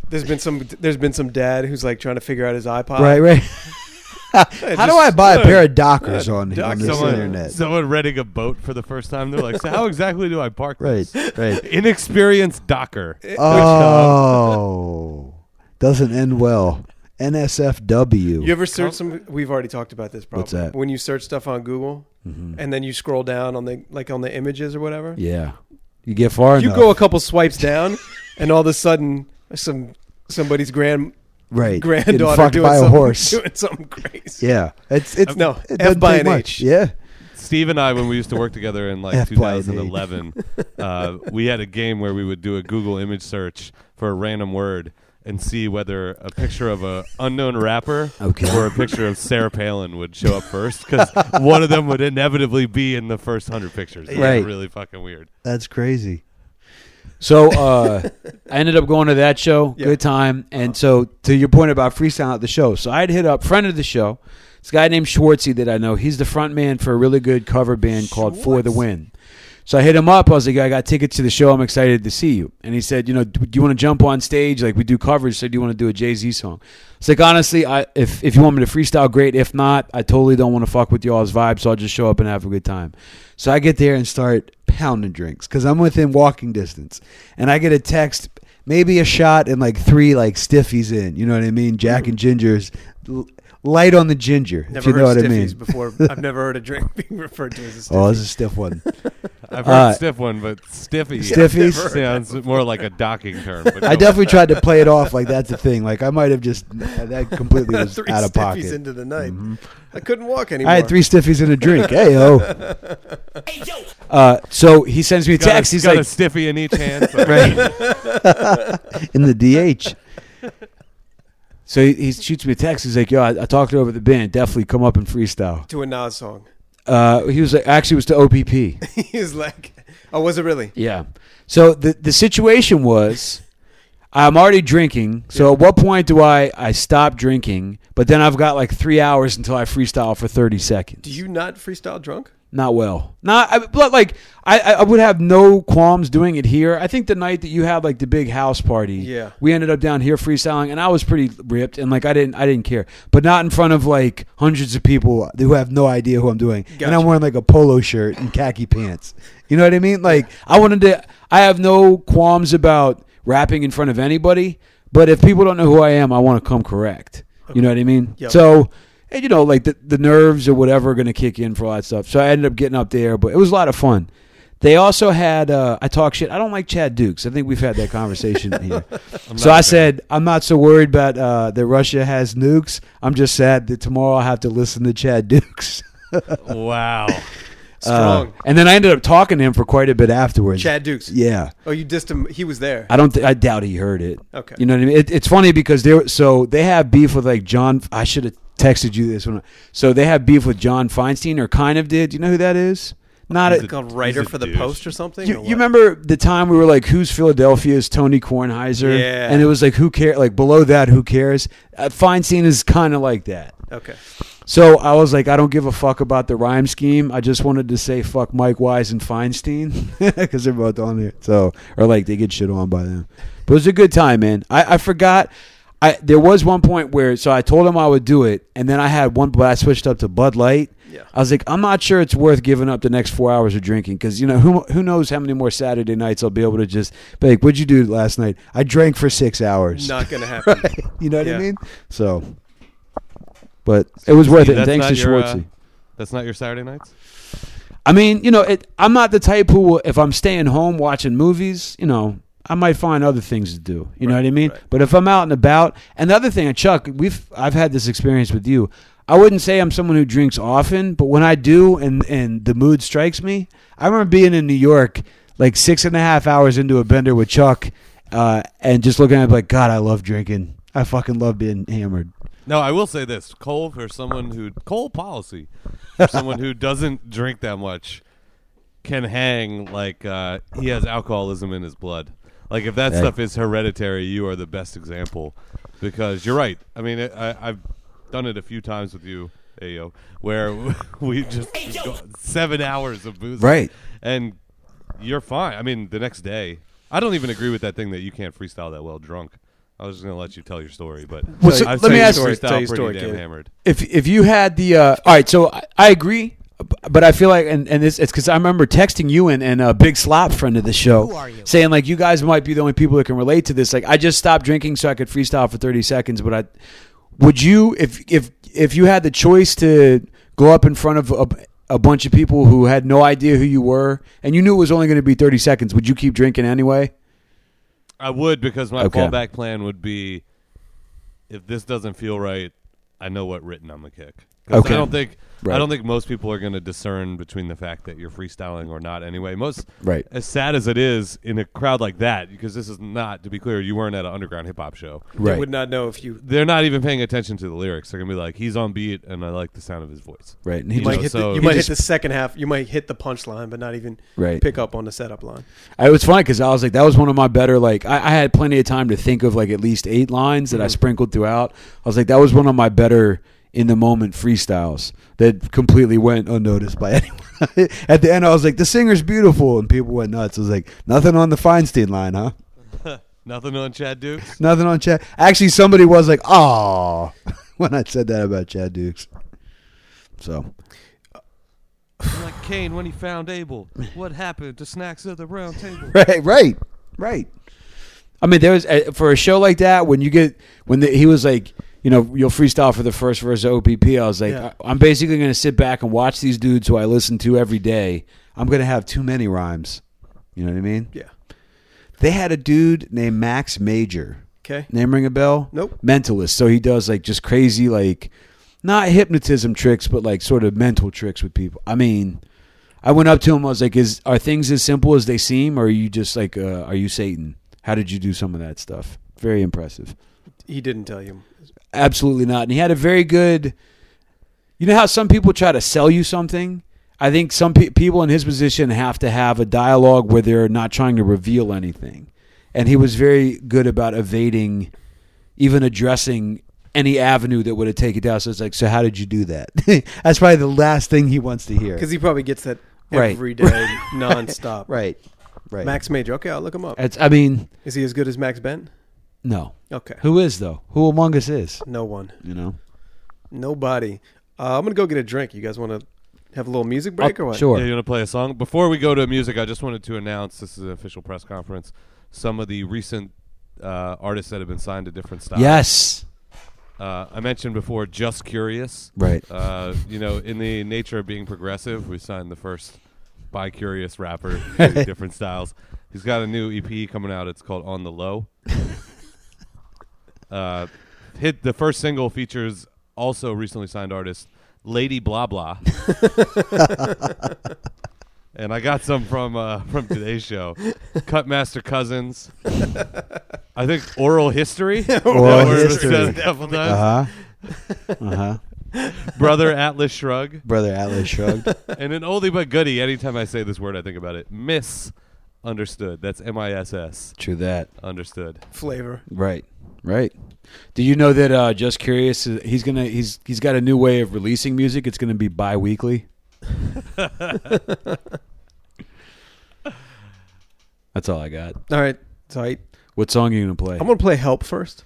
There's been some. There's been some dad who's like trying to figure out his iPod.
right, right.
Hey,
How do
just-
I buy a
uh,
pair of Dockers on, on this
someone,
internet?
someone renting a boat for the first time. They're like, so how exactly do I park
right,
this?
right.
Inexperienced docker.
Oh, doesn't end well. NSFW.
You ever search some? We've already talked about this. Probably.
What's that? Mm-hmm.
When you search stuff on Google, and then you scroll down on the like on the images or whatever.
yeah. You get far
You
enough.
go a couple swipes down, and all of a sudden, some somebody's grand
right. Getting
granddaughter
fucked
doing
by a
something,
horse.
doing something crazy.
Yeah. It's it's
No,
it
F
doesn't
by
take
an
much.
H.
Yeah.
Steve and I, when we used to work together in like
F by an
2011, uh, we had a game where we would do a Google image search for a random word and see whether a picture of a unknown rapper
Okay.
or a picture of Sarah Palin would show up first because one of them would inevitably be in the first hundred pictures. It was
Right.
really fucking weird.
That's crazy. So uh, I ended up going to that show.
Yeah.
Good time. And so to your point about freestyle at the show, so I'd hit up friend of the show, this guy named Schwartzy that I know. He's the front man for a really good cover band called For the Win. So I hit him up. I was like, I got tickets to the show. I'm excited to see you. And he said, you know, do do you want to jump on stage? Like we do covers. So do you want to do a Jay Z song? It's like honestly, I if if you want me to freestyle, great. If not, I totally don't want to fuck with y'all's vibe. So I'll just show up and have a good time. So I get there and start pounding drinks because I'm within walking distance, and I get a text, maybe a shot and like three like stiffies in. You know what I mean? Jack and gingers, l- light on the ginger. if
Never
you know
heard
what I
stiffies
mean.
before. I've never heard a drink being referred to as a stiffy.
Oh, this is a stiff one.
I've heard
Uh,
stiff one, but stiffy
Stiffies?
sounds more like a docking term. But
I definitely tried to play it off like that's the thing. Like I might have just that completely was
three
out of
stiffies
pocket. Mm-hmm.
into the night. I couldn't walk anymore.
I had three stiffies and a drink. Hey yo. Uh, so he sends me a
got,
text.
a,
He's
got a
like,
stiffy in each hand. so-
in the DH. So he, he shoots me a text. He's like, "Yo, I, I talked over the band. Definitely come up and freestyle."
to a Nas song.
Uh, he was like, "Actually, it was to OPP."
He's like, "Oh, was it really?"
yeah. So the the situation was, I'm already drinking. So at what point do I I stop drinking? But then I've got like three hours until I freestyle for thirty seconds.
Do you not freestyle drunk?
Not well. Not I, but like I, I would have no qualms doing it here. I think the night that you had like the big house party,
Yeah.
we ended up down here freestyling, and I was pretty ripped, and like I didn't I didn't care, but not in front of like hundreds of people who have no idea who I'm doing, and I'm
Gotcha.
wearing like a polo shirt and khaki pants. You know what I mean? Like I wanted to. I have no qualms about rapping in front of anybody, but if people don't know who I am, I want to come correct. You know what I mean?
Yep.
So, and you know, like the, the nerves or whatever are going to kick in for all that stuff. So I ended up getting up there, but it was a lot of fun. They also had, uh, I talk shit. I don't like Chad Dukes. I think we've had that conversation here. So I said, I'm not so worried about uh, that Russia has nukes. I'm just sad that tomorrow I'll have to listen to Chad Dukes.
wow.
Uh,
Strong.
and then I ended up talking to him for quite a bit afterwards.
Chad Dukes.
Yeah.
Oh, you dissed him. He was there.
I don't. Th- I doubt he heard it.
Okay.
You know what I mean? It, it's funny because they were so they have beef with like John. I should have texted you this one. So they have beef with John Feinstein, or kind of did. You know who that is? Not a,
He's a-
like a writer
he's a
for the
douche.
Post or something. or
you,
what?
you remember the time we were like, "Who's Philadelphia's Tony Kornheiser?"
Yeah.
And it was like, "Who cares?" Like below that, "Who cares?" Uh, Feinstein is kind of like that.
Okay.
So I was like, I don't give a fuck about the rhyme scheme. I just wanted to say fuck Mike Wise and Feinstein because they're both on there. So or like they get shit on by them. But it was a good time, man. I, I forgot. I there was one point where so I told him I would do it, and then I had one, but I switched up to Bud Light.
Yeah.
I was like, I'm not sure it's worth giving up the next four hours of drinking because you know who who knows how many more Saturday nights I'll be able to just be like, what'd you do last night? I drank for six hours.
Not gonna happen.
You know what I
Yeah.
mean? So, but it was worth
See,
it. And
that's
thanks to
not your, uh,
Schwartzy.
That's not your Saturday nights.
I mean, you know, it, I'm not the type who, will, if I'm staying home watching movies, you know, I might find other things to do. You know what I mean? But if I'm out and about, and the other thing, and Chuck, we've I've had this experience with you. I wouldn't say I'm someone who drinks often, but when I do, and and the mood strikes me, I remember being in New York, like six and a half hours into a bender with Chuck, uh, and just looking at it like, God, I love drinking. I fucking love being hammered.
No, I will say this: Cole for someone who Cole policy for someone who doesn't drink that much can hang like uh, he has alcoholism in his blood. Like if that
Hey.
stuff is hereditary, you are the best example because you're right. I mean, I, I- I've done it a few times with you, Ayo, where we just go seven hours of booze,
Right.
And you're fine. I mean, the next day, I don't even agree with that thing that you can't freestyle that well drunk. I was just gonna let you tell your story, but
Well, so
I've
let me
seen you
ask-
freestyle
Tell your
pretty
story,
damn
kid.
hammered.
if if you had the uh, all right, so I, I agree, b- but I feel like and, and this it's because I remember texting you and and a big slop friend of the show
Who are you?
saying like you guys might be the only people that can relate to this. Like I just stopped drinking so I could freestyle for thirty seconds, but I would you if if if you had the choice to go up in front of a, a bunch of people who had no idea who you were and you knew it was only going to be thirty seconds, would you keep drinking anyway?
I would because my
Okay.
fallback plan would be if this doesn't feel right, I know what written I'm gonna kick. 'Cause
Okay.
I don't think
Right.
I don't think most people are gonna discern between the fact that you're freestyling or not anyway. Most
Right.
as sad as it is in a crowd like that, because this is not to be clear, you weren't at an underground hip hop show.
They would not know if you
They're not even paying attention to the lyrics. They're gonna be like, he's on beat and I like the sound of his voice.
right. And
You
you might
know,
hit
so-
the, you
He
might
just-
hit the second half. You might hit the punchline, but not even
Right.
pick up on the setup line.
It was funny because I was like, that was one of my better. Like, I, I had plenty of time to think of like at least eight lines that I sprinkled throughout. I was like, that was one of my better in the moment freestyles that completely went unnoticed by anyone. at the end, I was like, the singer's beautiful, and people went nuts. I was like, nothing on the Feinstein line, huh?
Nothing on Chad Dukes.
Nothing on Chad. Actually, somebody was like, "Oh," when I said that about Chad Dukes. So
I'm like Cain when he found Abel. What happened to snacks at the round table?
right, right, right. I mean, there was uh, for a show like that when you get when the, he was like, you know, you'll freestyle for the first verse of OPP. I was like,
Yeah.
I- I'm basically going to sit back and watch these dudes who I listen to every day. I'm going to have too many rhymes. You know what I mean?
Yeah.
They had a dude named Max Major.
Okay.
Name ring a bell?
Nope.
Mentalist. So he does like just crazy, like not hypnotism tricks, but like sort of mental tricks with people. I mean, I went up to him. I was like, "Is are things as simple as they seem, or are you just like, uh, are you Satan? How did you do some of that stuff? Very impressive.
He didn't tell you.
Absolutely not. And he had a very good. You know how some people try to sell you something. I think some pe- people in his position have to have a dialogue where they're not trying to reveal anything, and he was very good about evading, even addressing any avenue that would have taken it down. So it's like, so how did you do that? That's probably the last thing he wants to hear.
Because he probably gets that
Right.
every day, nonstop.
Right, right.
Max Major. Okay, I'll look him up.
It's, I mean,
Is he as good as Max Bent?
no.
Okay.
Who is though? Who among us is?
No one.
You know.
Nobody. Uh, I'm gonna go get a drink. You guys want to have a little music break or what?
Sure.
Yeah, you want to play a song? Before we go to music, I just wanted to announce this is an official press conference. Some of the recent uh, artists that have been signed to different styles.
Yes.
Uh, I mentioned before Just Curious.
Right.
Uh, you know, in the nature of being progressive, we signed the first bi curious rapper to different styles. He's got a new EP coming out. It's called On the Low. uh, hit the first single features also recently signed artist Lady Blah Blah. and I got some from uh, from today's show. Cutmaster Cousins. I think Oral History.
Oral
That word was
History.
said a couple times.
Uh huh. Uh huh.
Brother Atlas Shrug.
Brother Atlas shrugged.
And an oldie but goodie. Anytime I say this word, I think about it. Miss understood. That's M I S S.
True that.
Understood.
Flavor.
Right. Right. Do you know that? Uh, Just curious. uh, He's gonna. He's he's got a new way of releasing music. It's gonna be bi-weekly. That's all I got.
All right, tight.
What song are you gonna play?
I'm gonna play Help first.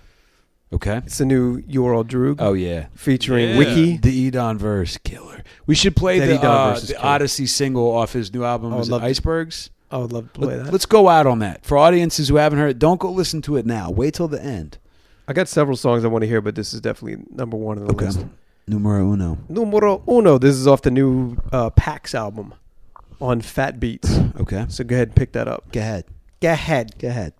okay.
It's the new Ural Droog
Oh yeah.
featuring
Yeah.
Wiki.
The Edon verse killer. We should play
That
the,
Edon
uh,
verse is
the
killer.
Odyssey single off his new album.
I would
Is it
love to-
Icebergs?
I would love to play
Let,
that.
us go out on that for audiences who haven't heard. it, Don't go listen to it now. Wait till the end.
I got several songs I want to hear, but this is definitely number one on the
Okay.
list.
Numero uno.
Numero uno. This is off the new uh, Pax album on Fat Beats.
Okay.
So go ahead and pick that up.
Go ahead.
Go ahead.
Go ahead.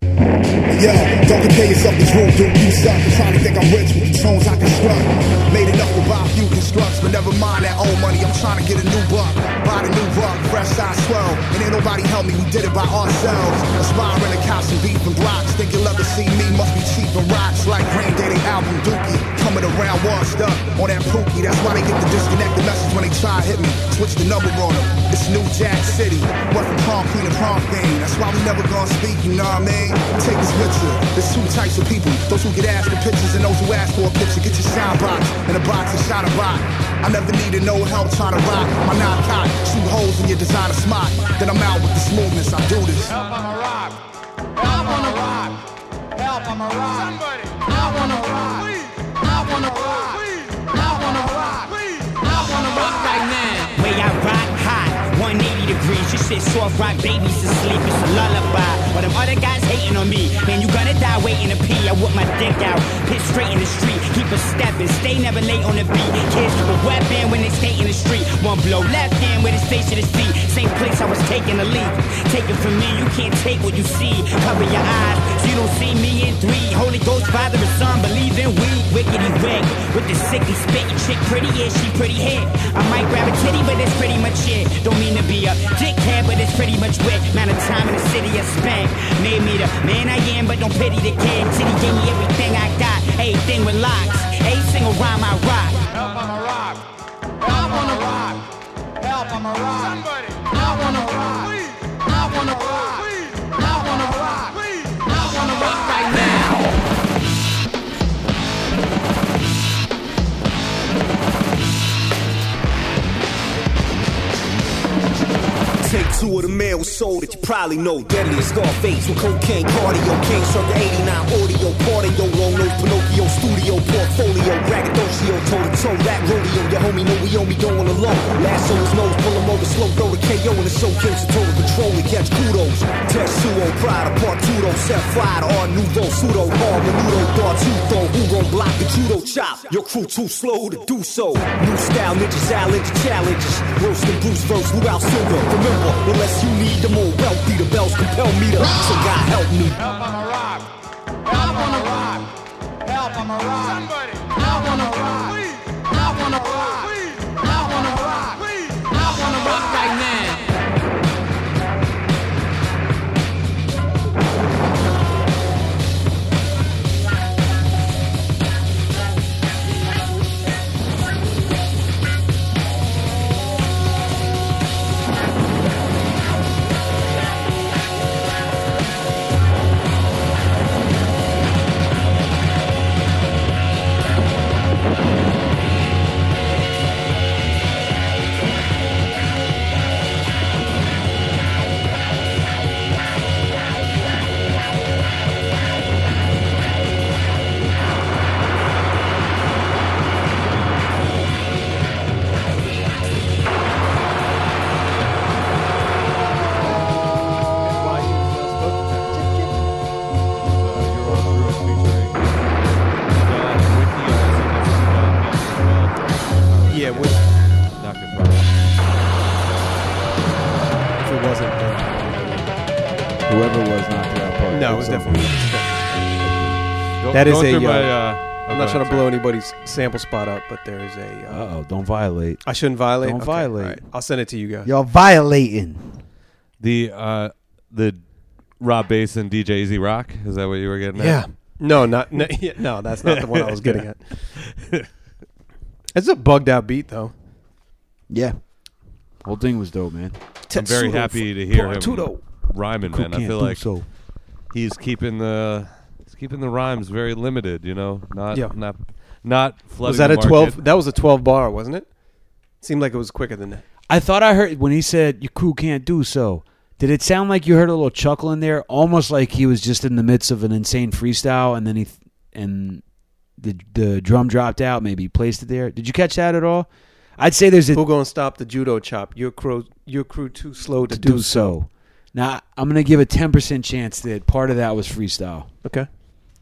Yo, don't compare yourself to Drew, dude, you suck. Trying to think I'm rich with the tunes I construct. Made enough to buy a few constructs, but never mind that old money. I'm trying to get a new buck, buy the new rug, fresh side swirl. And ain't nobody help me, we did it by ourselves. Aspiring to cops and beef and blocks. Think you'll ever see me, must be cheap and rocks. Like Green Day, they album Dookie. Coming around washed up on that pookie. That's why they get the disconnected message when they try to hit me. Switch the number on them. It's New Jack City. Went from Palm Queen to Palm Queen. That's why we never gonna speak, you know what I mean? Take this picture. There's two types of people. Those who get asked for pictures and those who ask for a picture. Get your shine box and a box and shot a rock. I never needed no help trying to rock. My nine cock, shoot holes in your designer smile. Then I'm out with the smoothness. I do this.
Help, I'm a rock. Help, I'm a rock. Help, I'm a rock. Somebody. I wanna rock. I wanna rock. I wanna rock. I wanna rock right now.
Way I rock hot, 180 degrees. You shit soft rock babies to sleep. It's a lullaby. But them other guys hating on me. Man, you gotta die waiting to pee. I whip my dick out, piss straight in the street. Keep a stepping, stay never late on the beat. Kids keep a weapon when they stay in the street. One blow left hand where the station is see. Same place I was taking a leak. Take it from me, you can't take what you see. Cover your eyes, so you don't see me in three. Holy Ghost, Father and Son, believe in we. Wickety wick, with the sickly spit. Your chick pretty, yeah, she pretty hit. I might grab a titty, but that's pretty much it. Don't mean to be a dickhead, but it's pretty much wet. Amount of time in the city I spent. Made me the man I am, but don't pity the kid. City gave me everything I got, everything with locks. Every single rhyme I rock.
Help, I'm a rock. Help, I'm a rock. Help, I'm a rock. Somebody. I wanna rock. I wanna rock. I wanna rock. I wanna rock right now.
Take two of the male soul that you probably know. Deadly Scarface with cocaine, cardio, king, circa 89, audio, cardio, long nose, Pinocchio, studio, portfolio, braggadocio, toe to toe, rap rodeo. Your homie know we owe me going alone. Lasso his nose, pull him over, slow throw the KO in the showcase, total control to catch kudos. Tetsuo, pride, apartudo, set fire to our nouveau, pseudo, hard, menudo, dartuto. Who gon' block the judo chop? Your crew too slow to do so. New style ninjas, challenge challenges. Roasting Bruce verse, Lou Al Silver. Remember, unless you need the more wealthy, the bells compel me to. So God help me.
Help, I'm a rock. Help, I'm a rock. Help, I'm a rock. Somebody. I wanna rock. I wanna rock. I wanna rock. I wanna rock right now.
Yeah, which, if it wasn't.
Whoever was not throughout part.
No, it was definitely.
That
That
is
is a, uh,
uh,
I'm not trying to blow anybody's sample spot up, but there is a. Uh,
Uh oh! Don't violate.
I shouldn't violate.
Don't violate.
all right. I'll send it to you guys.
Y'all violating.
The uh, the Rob Bass and DJ Easy Rock. Is that what you were getting? at?
Yeah. No, not no, yeah, no. That's not the one I was getting at. It's a bugged out beat though.
Yeah. Whole thing was dope, man.
I'm very
Tetsudo
happy to hear him
Portudo.
rhyming, man. I
Can't
feel
do
like
so.
he's keeping the
It's keeping the rhymes very limited, you know. Not
Yeah.
not not flooding.
Was that
the
a twelve?
market.
That was a twelve bar, wasn't it? Seemed like it was quicker than that.
I thought I heard when he said your crew can't do so. Did it sound like you heard a little chuckle in there, almost like he was just in the midst of an insane freestyle, and then he th- and the the drum dropped out. Maybe he placed it there. Did you catch that at all? I'd say there's a
Who gonna stop the judo chop? Your crew, your crew too slow to,
to do so. Now I'm gonna give a ten percent chance that part of that was freestyle.
Okay.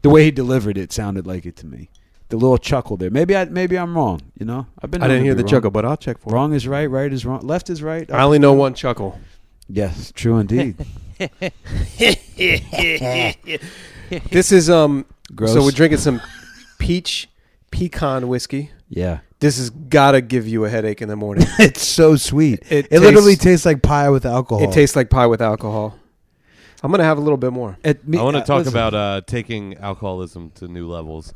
The way he delivered it sounded like it to me. The little chuckle there. Maybe I maybe I'm wrong. You know, I've been.
I didn't
known to
hear
be
the
wrong.
chuckle, but I'll check for
Wrong is right. Right is wrong. Left is right.
it. I only know one chuckle.
yes, true indeed.
This is um.
Gross.
So we're drinking some peach pecan whiskey.
yeah.
This has gotta give you a headache in the morning.
It's so sweet. It,
It
literally
tastes-
tastes like pie with alcohol.
It tastes like pie with alcohol. I'm gonna have a little bit more.
At me-
I want
uh,
to talk
listen.
about uh, taking alcoholism to new levels.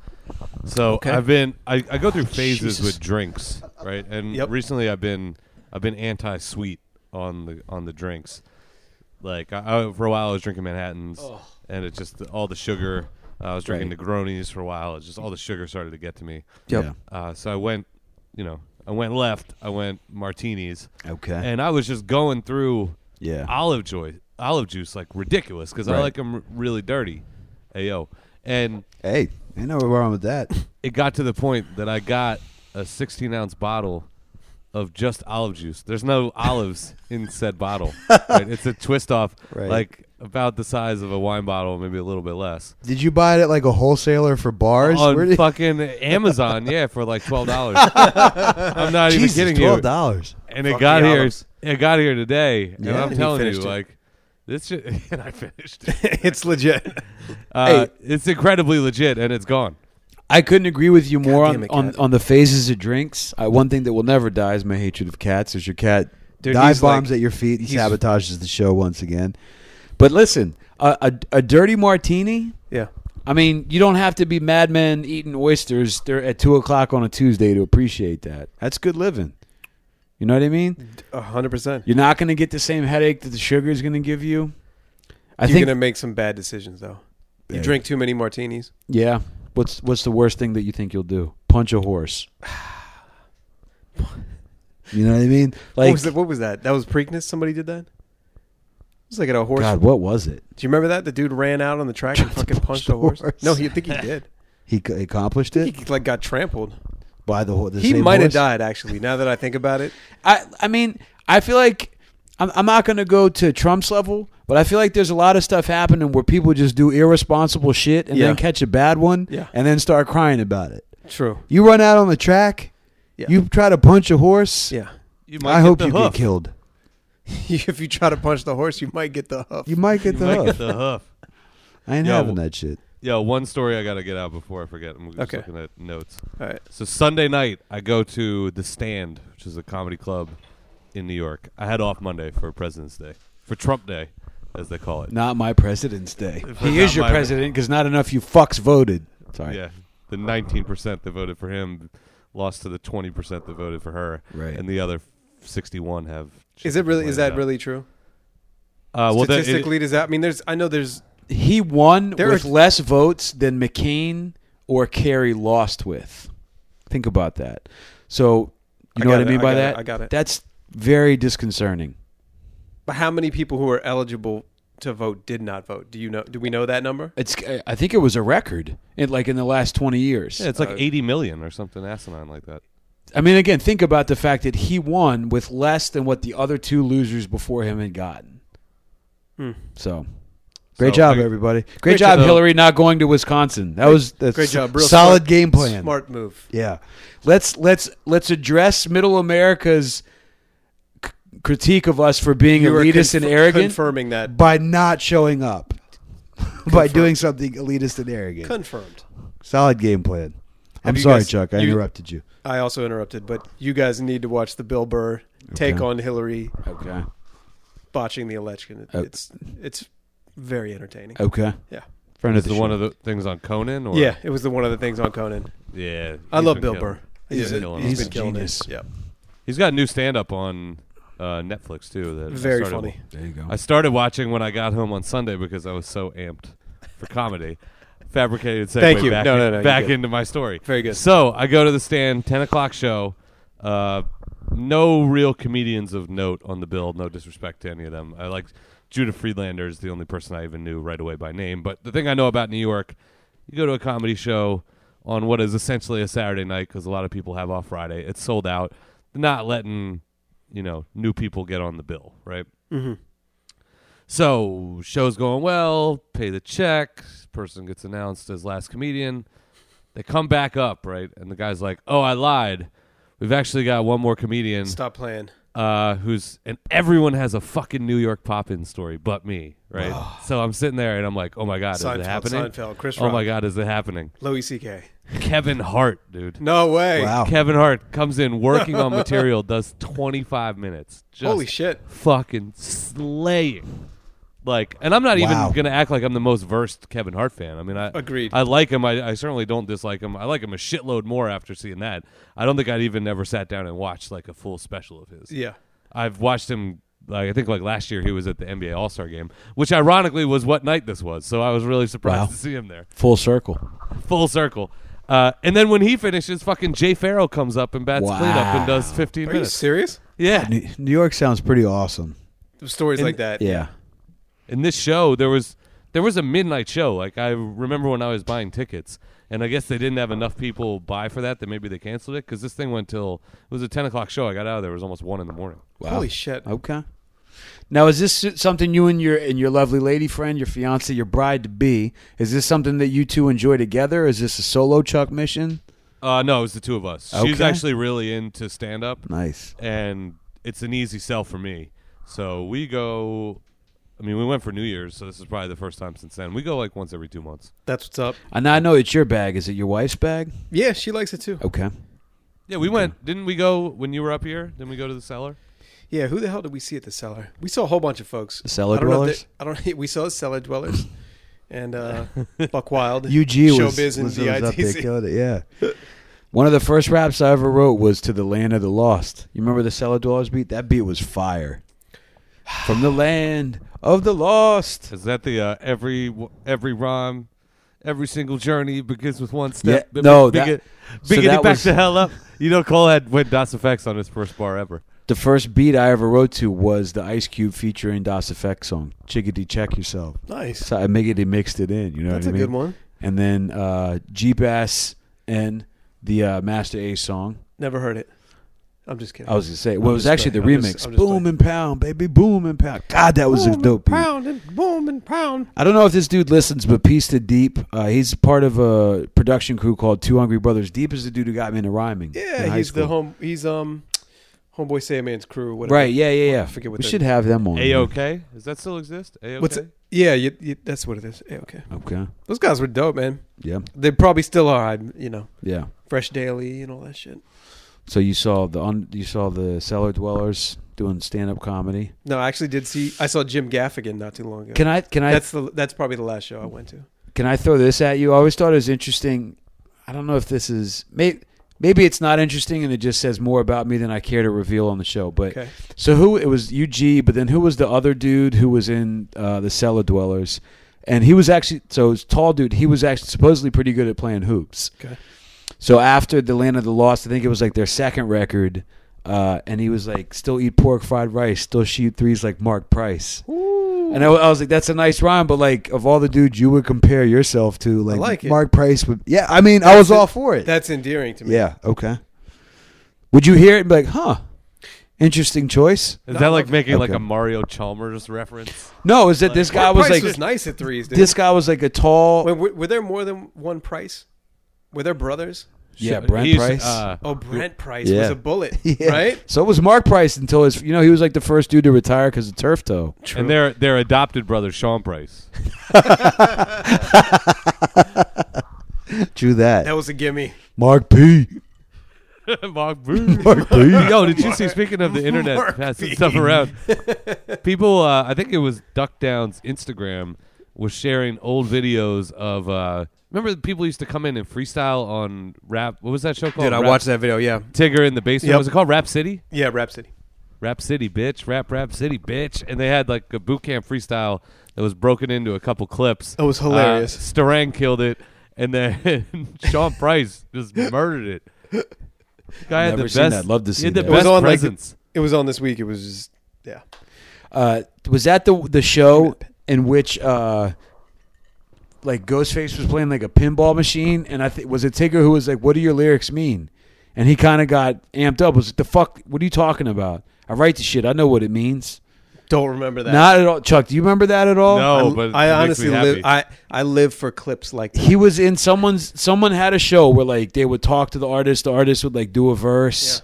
So I've been I, I go
Oh,
through phases with drinks, right? And
Yep.
recently I've been I've been anti sweet on the on the drinks. Like I, I, for a while I was drinking Manhattans, and it just all the sugar. I was drinking Negronis for a while. It's just all the sugar started to get to me.
Yep.
Uh, so I went, you know, I went left. I went martinis.
Okay.
And I was just going through
Yeah.
olive joy, olive juice like ridiculous because I
Right.
like them r- really dirty. Ayo. And
Hey, ain't no wrong with that.
it got to the point that I got a 16 ounce bottle of just olive juice. There's no olives in said bottle. Right? It's a twist off,
Right.
like about the size of a wine bottle, maybe a little bit less.
Did you buy it at like a wholesaler for bars? Where
On
did-
fucking Amazon, yeah, for like twelve dollars. I'm not
Jesus,
even kidding you.
twelve dollars.
and it
Fuck
got
the
here.
olives.
It got here today, and
Yeah.
I'm
And he
telling you,
finished it.
like this, shit, and I finished. It.
it's legit.
Uh,
Hey.
It's incredibly legit, and it's gone.
I couldn't agree with you more
damn
on,
it,
on,
Cat.
on the phases of drinks. I, one thing that will never die is my hatred of cats. Is your cat
Dude,
Dive
he's like-
bombs at your feet. He
he's-
sabotages the show once again.
But listen, a, a, a dirty martini.
Yeah.
I mean, you don't have to be madmen eating oysters there at two o'clock on a Tuesday to appreciate that. That's good living. You know what I mean?
A hundred percent.
You're not going to get the same headache that the sugar is going to give you. I
You're
think.
gonna make some bad decisions though. You drink too many martinis.
yeah. What's What's the worst thing that you think you'll do? Punch a horse.
You know what I mean?
what,
Like
was that, what was that? That was Preakness. Somebody did that. It was like at a horse.
God, what was it?
Do you remember that? The dude ran out on the track and fucking punched a horse. No, he I think he did.
He c- accomplished
He
it
like got trampled.
by the, ho- the
He
same
might have
horse?
died actually. Now that I think about it,
I I mean, I feel like I'm, I'm not going to go to Trump's level, but I feel like there's a lot of stuff happening where people just do irresponsible shit and
Yeah.
then catch a bad one
Yeah.
and then start crying about it.
true.
You run out on the track.
Yeah.
You try to punch a horse.
Yeah.
You
I hope
the
you
hoof.
get killed.
if you try to punch the horse, you might get the hoof.
You might get
You
the
might
hoof.
get the hoof.
I ain't
Yo,
having that shit.
Yo, one story I got to get out before I forget. I'm just
Okay.
looking at notes.
All right.
So Sunday night, I go to the Stand, which is a comedy club in New York. I had off Monday for President's Day, for Trump Day, as they call it.
Not my president's day.
not
He is your
my-
president because not enough you fucks voted. Sorry.
Yeah, the 19 percent that voted for him lost to the 20 percent that voted for her,
Right.
And the other 61 have.
Is it really?
complained
Is that
about.
really true?
Uh, well, that- it-
Statistically, does that? I mean, there's. I know there's.
He won
There
with
are-
less votes than McCain or Kerry lost with. Think about that. So, you
I
know
got
what I
it,
mean
I
by
got it,
that?
I got it.
That's very disconcerting.
But how many people who are eligible to vote did not vote? Do you know? Do we know that number?
It's. I think it was a record. It like in the last twenty years.
yeah, it's like 80 million or something asinine like that.
I mean, again, think about the fact that he won with less than what the other two losers before him had gotten.
Hmm.
So,
Great
So,
job,
like-
everybody. Great,
great,
job.
job, Hillary, not going to Wisconsin. That was that's
Great job. Real
solid
smart-
game plan.
Smart move.
Yeah.
Let's let's let's address Middle America's c- critique of us for being
are
elitist
confir-
and arrogant.
Confirming that.
By not showing up. By doing something elitist and arrogant.
Confirmed.
solid game plan. I'm
you
sorry,
guys-
Chuck. I
you-
interrupted you.
I also interrupted, but you guys need to watch the Bill Burr take on Hillary
Okay.
botching the election. It-
Oh.
It's it's very entertaining.
Okay.
Yeah.
Friend
Is
of the,
the one
show.
of the things on Conan? Or?
Yeah, it was the one of the things on Conan.
yeah.
I
he's
love
been
Bill
killing-
Burr.
He's been
a-
killing
he's
us.
a genius.
It. Yeah,
He's got new stand up on uh, Netflix too. That I
very
started-
funny.
There you go.
I started watching when I got home on Sunday because I was so amped for comedy. fabricated segue
Thank you.
back,
No, no, no, you're
back
good.
into my story.
Very good.
So I go to the stand, 10 o'clock show. Uh, no real comedians of note on the bill. No disrespect to any of them. I like Judah Friedlander is the only person I even knew right away by name. But the thing I know about New York, you go to a comedy show on what is essentially a Saturday night because a lot of people have off Friday. It's sold out. They're not letting you know new people get on the bill, right?
Mhm.
So show's going well. Pay the check. Person gets announced as last comedian. They come back up, right? And the guy's like, "Oh, I lied. We've actually got one more comedian."
Stop playing.
Uh, who's and everyone has a fucking New York pop-in story, but me, right? so I'm sitting there and I'm like, "Oh my god, is
Seinfeld,
it happening?"
Seinfeld, Chris
oh my
Rock.
god, is it happening?
Louis C.K.
Kevin Hart, dude.
No way. Wow.
Kevin Hart comes in working on material, does 25 minutes. Just
Holy shit.
Fucking slaying. Like, and I'm not
Wow.
even going to act like I'm the most versed Kevin Hart fan. I mean, I
Agreed.
I like him. I, I certainly don't dislike him. I like him a shitload more after seeing that. I don't think I'd even ever sat down and watched like a full special of his.
Yeah.
I've watched him. Like I think like last year he was at the NBA All Star game, which ironically was what night this was. So I was really surprised
Wow.
to see him there
Full circle.
full circle. Uh, and then when he finishes, fucking Jay Farrell comes up and bats
Wow.
cleanup and does 15
Are you
minutes.
serious?
Yeah.
New, New York sounds pretty awesome.
Stories
And-
like that.
Yeah.
In this show, there was there was a midnight show. Like I remember when I was buying tickets, and I guess they didn't have enough people buy for that. That maybe they canceled it because this thing went till it was a 10 o'clock show. I got out of there it was almost one in the morning.
Holy shit.
Okay. Now, is this something you and your and your lovely lady friend, your fiance, your bride to be? Is this something that you two enjoy together? Is this a solo Chuck mission?
Uh, no, it was the two of us. She's
Okay.
actually really into stand up.
Nice.
And it's an easy sell for me. So we go. I mean, we went for New Year's, so this is probably the first time since then. We go like once every two months.
That's what's up.
And I know it's your bag. Is it your wife's bag?
Yeah, she likes it too.
Okay.
Yeah, we went. Didn't we go when you were up here? Didn't we go to the cellar?
Yeah, who the hell did we see at the cellar? We saw a whole bunch of folks. The
cellar dwellers?
I don't. We saw cellar dwellers, and uh, Buck Wild,
UG was,
showbiz and
was, was up there
DITC.
killing it. Yeah. One of the first raps I ever wrote was to the land of the lost. You remember the Cellar Dwellers beat? That beat was fire. From the land of the lost.
Is that the uh, every every rhyme, every single journey begins with one step?
Yeah, no,
big,
that- so
big,
that
back
was-
the hell up. You know, Cole had went DOS effects on his first bar ever.
The first beat I ever wrote to was the Ice Cube featuring Dos Effect song "Chickadee Check Yourself."
Nice.
So I Miggity mixed it in. You know
That's
what I
a
mean?
good one.
And then uh, Jeep Ass and the uh, Master Ace song.
Never heard it. I'm just kidding.
I was gonna say,
I'm
well, it was
just
actually
playing. I'm
the remix.
just- I'm just
boom and pound, baby, boom and pound. God, that was a dope beat.
Pound and boom and pound.
I don't know if this dude listens, but Peace to Deep. Uh, he's part of a production crew called Two Hungry Brothers. Deep is the dude who got me into rhyming. in
Yeah,
high
he's
school.
the home. He's um, homeboy Sandman's crew. or Whatever.
right. Yeah, yeah, yeah.
I forget what
we
they're-
should have them on.
A OK, does that still exist? A
What's
OK.
it? Yeah, you, you, that's what it is. Yeah, okay.
Okay.
Those guys were dope, man.
Yeah.
They probably still are. I, you know.
Yeah.
Fresh Daily and all that shit.
So you saw the un, you saw the cellar dwellers doing stand up comedy.
No, I actually did see. I saw Jim Gaffigan not too long ago.
Can I- can I-
That's the. That's probably the last show I went to.
Can I throw this at you? I always thought it was interesting. I don't know if this is may, maybe it's not interesting and it just says more about me than I care to reveal on the show. But
Okay.
so who it was UG, but then who was the other dude who was in uh, the cellar dwellers? And he was actually so it was tall dude. He was actually supposedly pretty good at playing hoops.
Okay.
So after the Land of the Lost, I think it was like their second record, uh, and he was like, still eat pork fried rice, still shoot threes like Mark Price. And I, wa- I was like, that's a nice rhyme, but like of all the dudes you would compare yourself to, like,
like it.
Mark Price would. Yeah, I mean, I was all for it.
That's endearing to me.
yeah, okay. Would you hear it and be like, huh? Interesting choice.
Is that like making like
Okay.
a Mario Chalmers reference?
No, is that this guy
Mark
was
Price
like
was nice at threes, dude.
This guy was like a tall.
Wait, were, were there more than one Price? Were there brothers?
yeah,
Sh-
Brent
he's,
Price.
uh,
Oh, Brent Price
Yeah.
was a bullet,
Yeah.
right?
So was Mark Price until his. You know, he was like the first dude to retire because of turf toe.
and their their adopted brother Sean Price.
True that.
That was a gimme.
Mark P.
Mark
Mark B.
Yo, did you see? Speaking of the internet passing stuff around, people. Uh, I think it was Duck Down's Instagram was sharing old videos of. Uh, remember, the people used to come in and freestyle on rap. What was that show called? Rap-
that video. Yeah,
Tigger in the basement.
Yep.
Was it called Rap City?
yeah, Rap City.
Rap City, bitch. Rap, Rap City, bitch. And they had like a boot camp freestyle that was broken into a couple clips.
It was hilarious.
Uh, Starang killed it, and then Sean Price just murdered it. Guy had
Never
the
seen
best.
that. Love to
he
see
had
that.
the
It
It was
best
on like
presence.
it was on this week. It was just yeah.
Uh, was that the the show in which uh, like Ghostface was playing like a pinball machine, and I think was it Tigger who was like, "What do your lyrics mean?" And he kind of got amped up. Was like, the fuck? What are you talking about? I write the shit. I know what it means.
Don't remember that.
Not at all, Chuck. Do you remember that at all?
No,
I'm-
Oh, but it
I
makes me
honestly live.
happy.
I I live for clips like that.
He was in someone's. Someone had a show where like they would talk to the artist. The artist would like do a verse.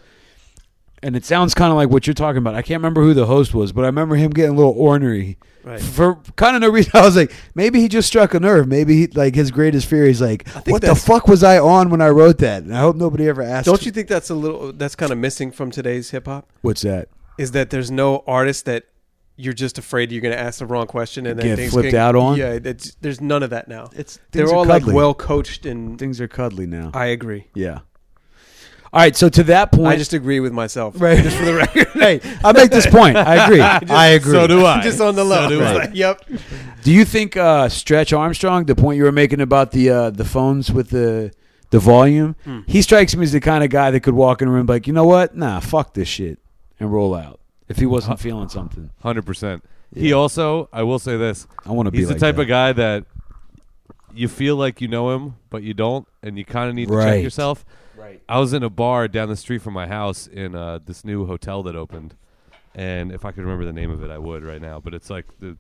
And it sounds kind of like what you're talking about. I can't remember who the host was, but I remember him getting a little ornery
Right.
for kind of no reason. I was like, maybe he just struck a nerve. Maybe he, like his greatest fear is like, what the
that's-
fuck was I on when I wrote that? And I hope nobody ever asked.
Don't you think that's a little that's kind of missing from today's hip hop?
What's that?
Is that there's no artist that you're just afraid you're going to ask the wrong question and then
Get
things
flipped
can-
out on?
Yeah, it's, there's none of that now.
It's- things
they're
are
all
cuddly.
like well coached and
Things are cuddly now.
I agree.
yeah. All right. So to that point,
I just agree with myself.
right.
Just for the record.
hey, I make this point. I agree. I agree.
So do I.
just on the low.
So do
It's
I.
like, yep.
Do you think uh, Stretch Armstrong, the point you were making about the uh, the phones with the the volume, he strikes me as the kind of guy that could walk in a room and be like, you know what, nah, fuck this shit, and roll out if he wasn't feeling something.
Hundred percent. He also, I will say this.
I wanna be
He's
like
the type
that.
of guy that you feel like you know him, but you don't, and you kind of need to
Right.
check yourself. Right. I was in a bar down the street from my house in uh, this new hotel that opened, and if I could remember the name of it, I would right now. But it's like the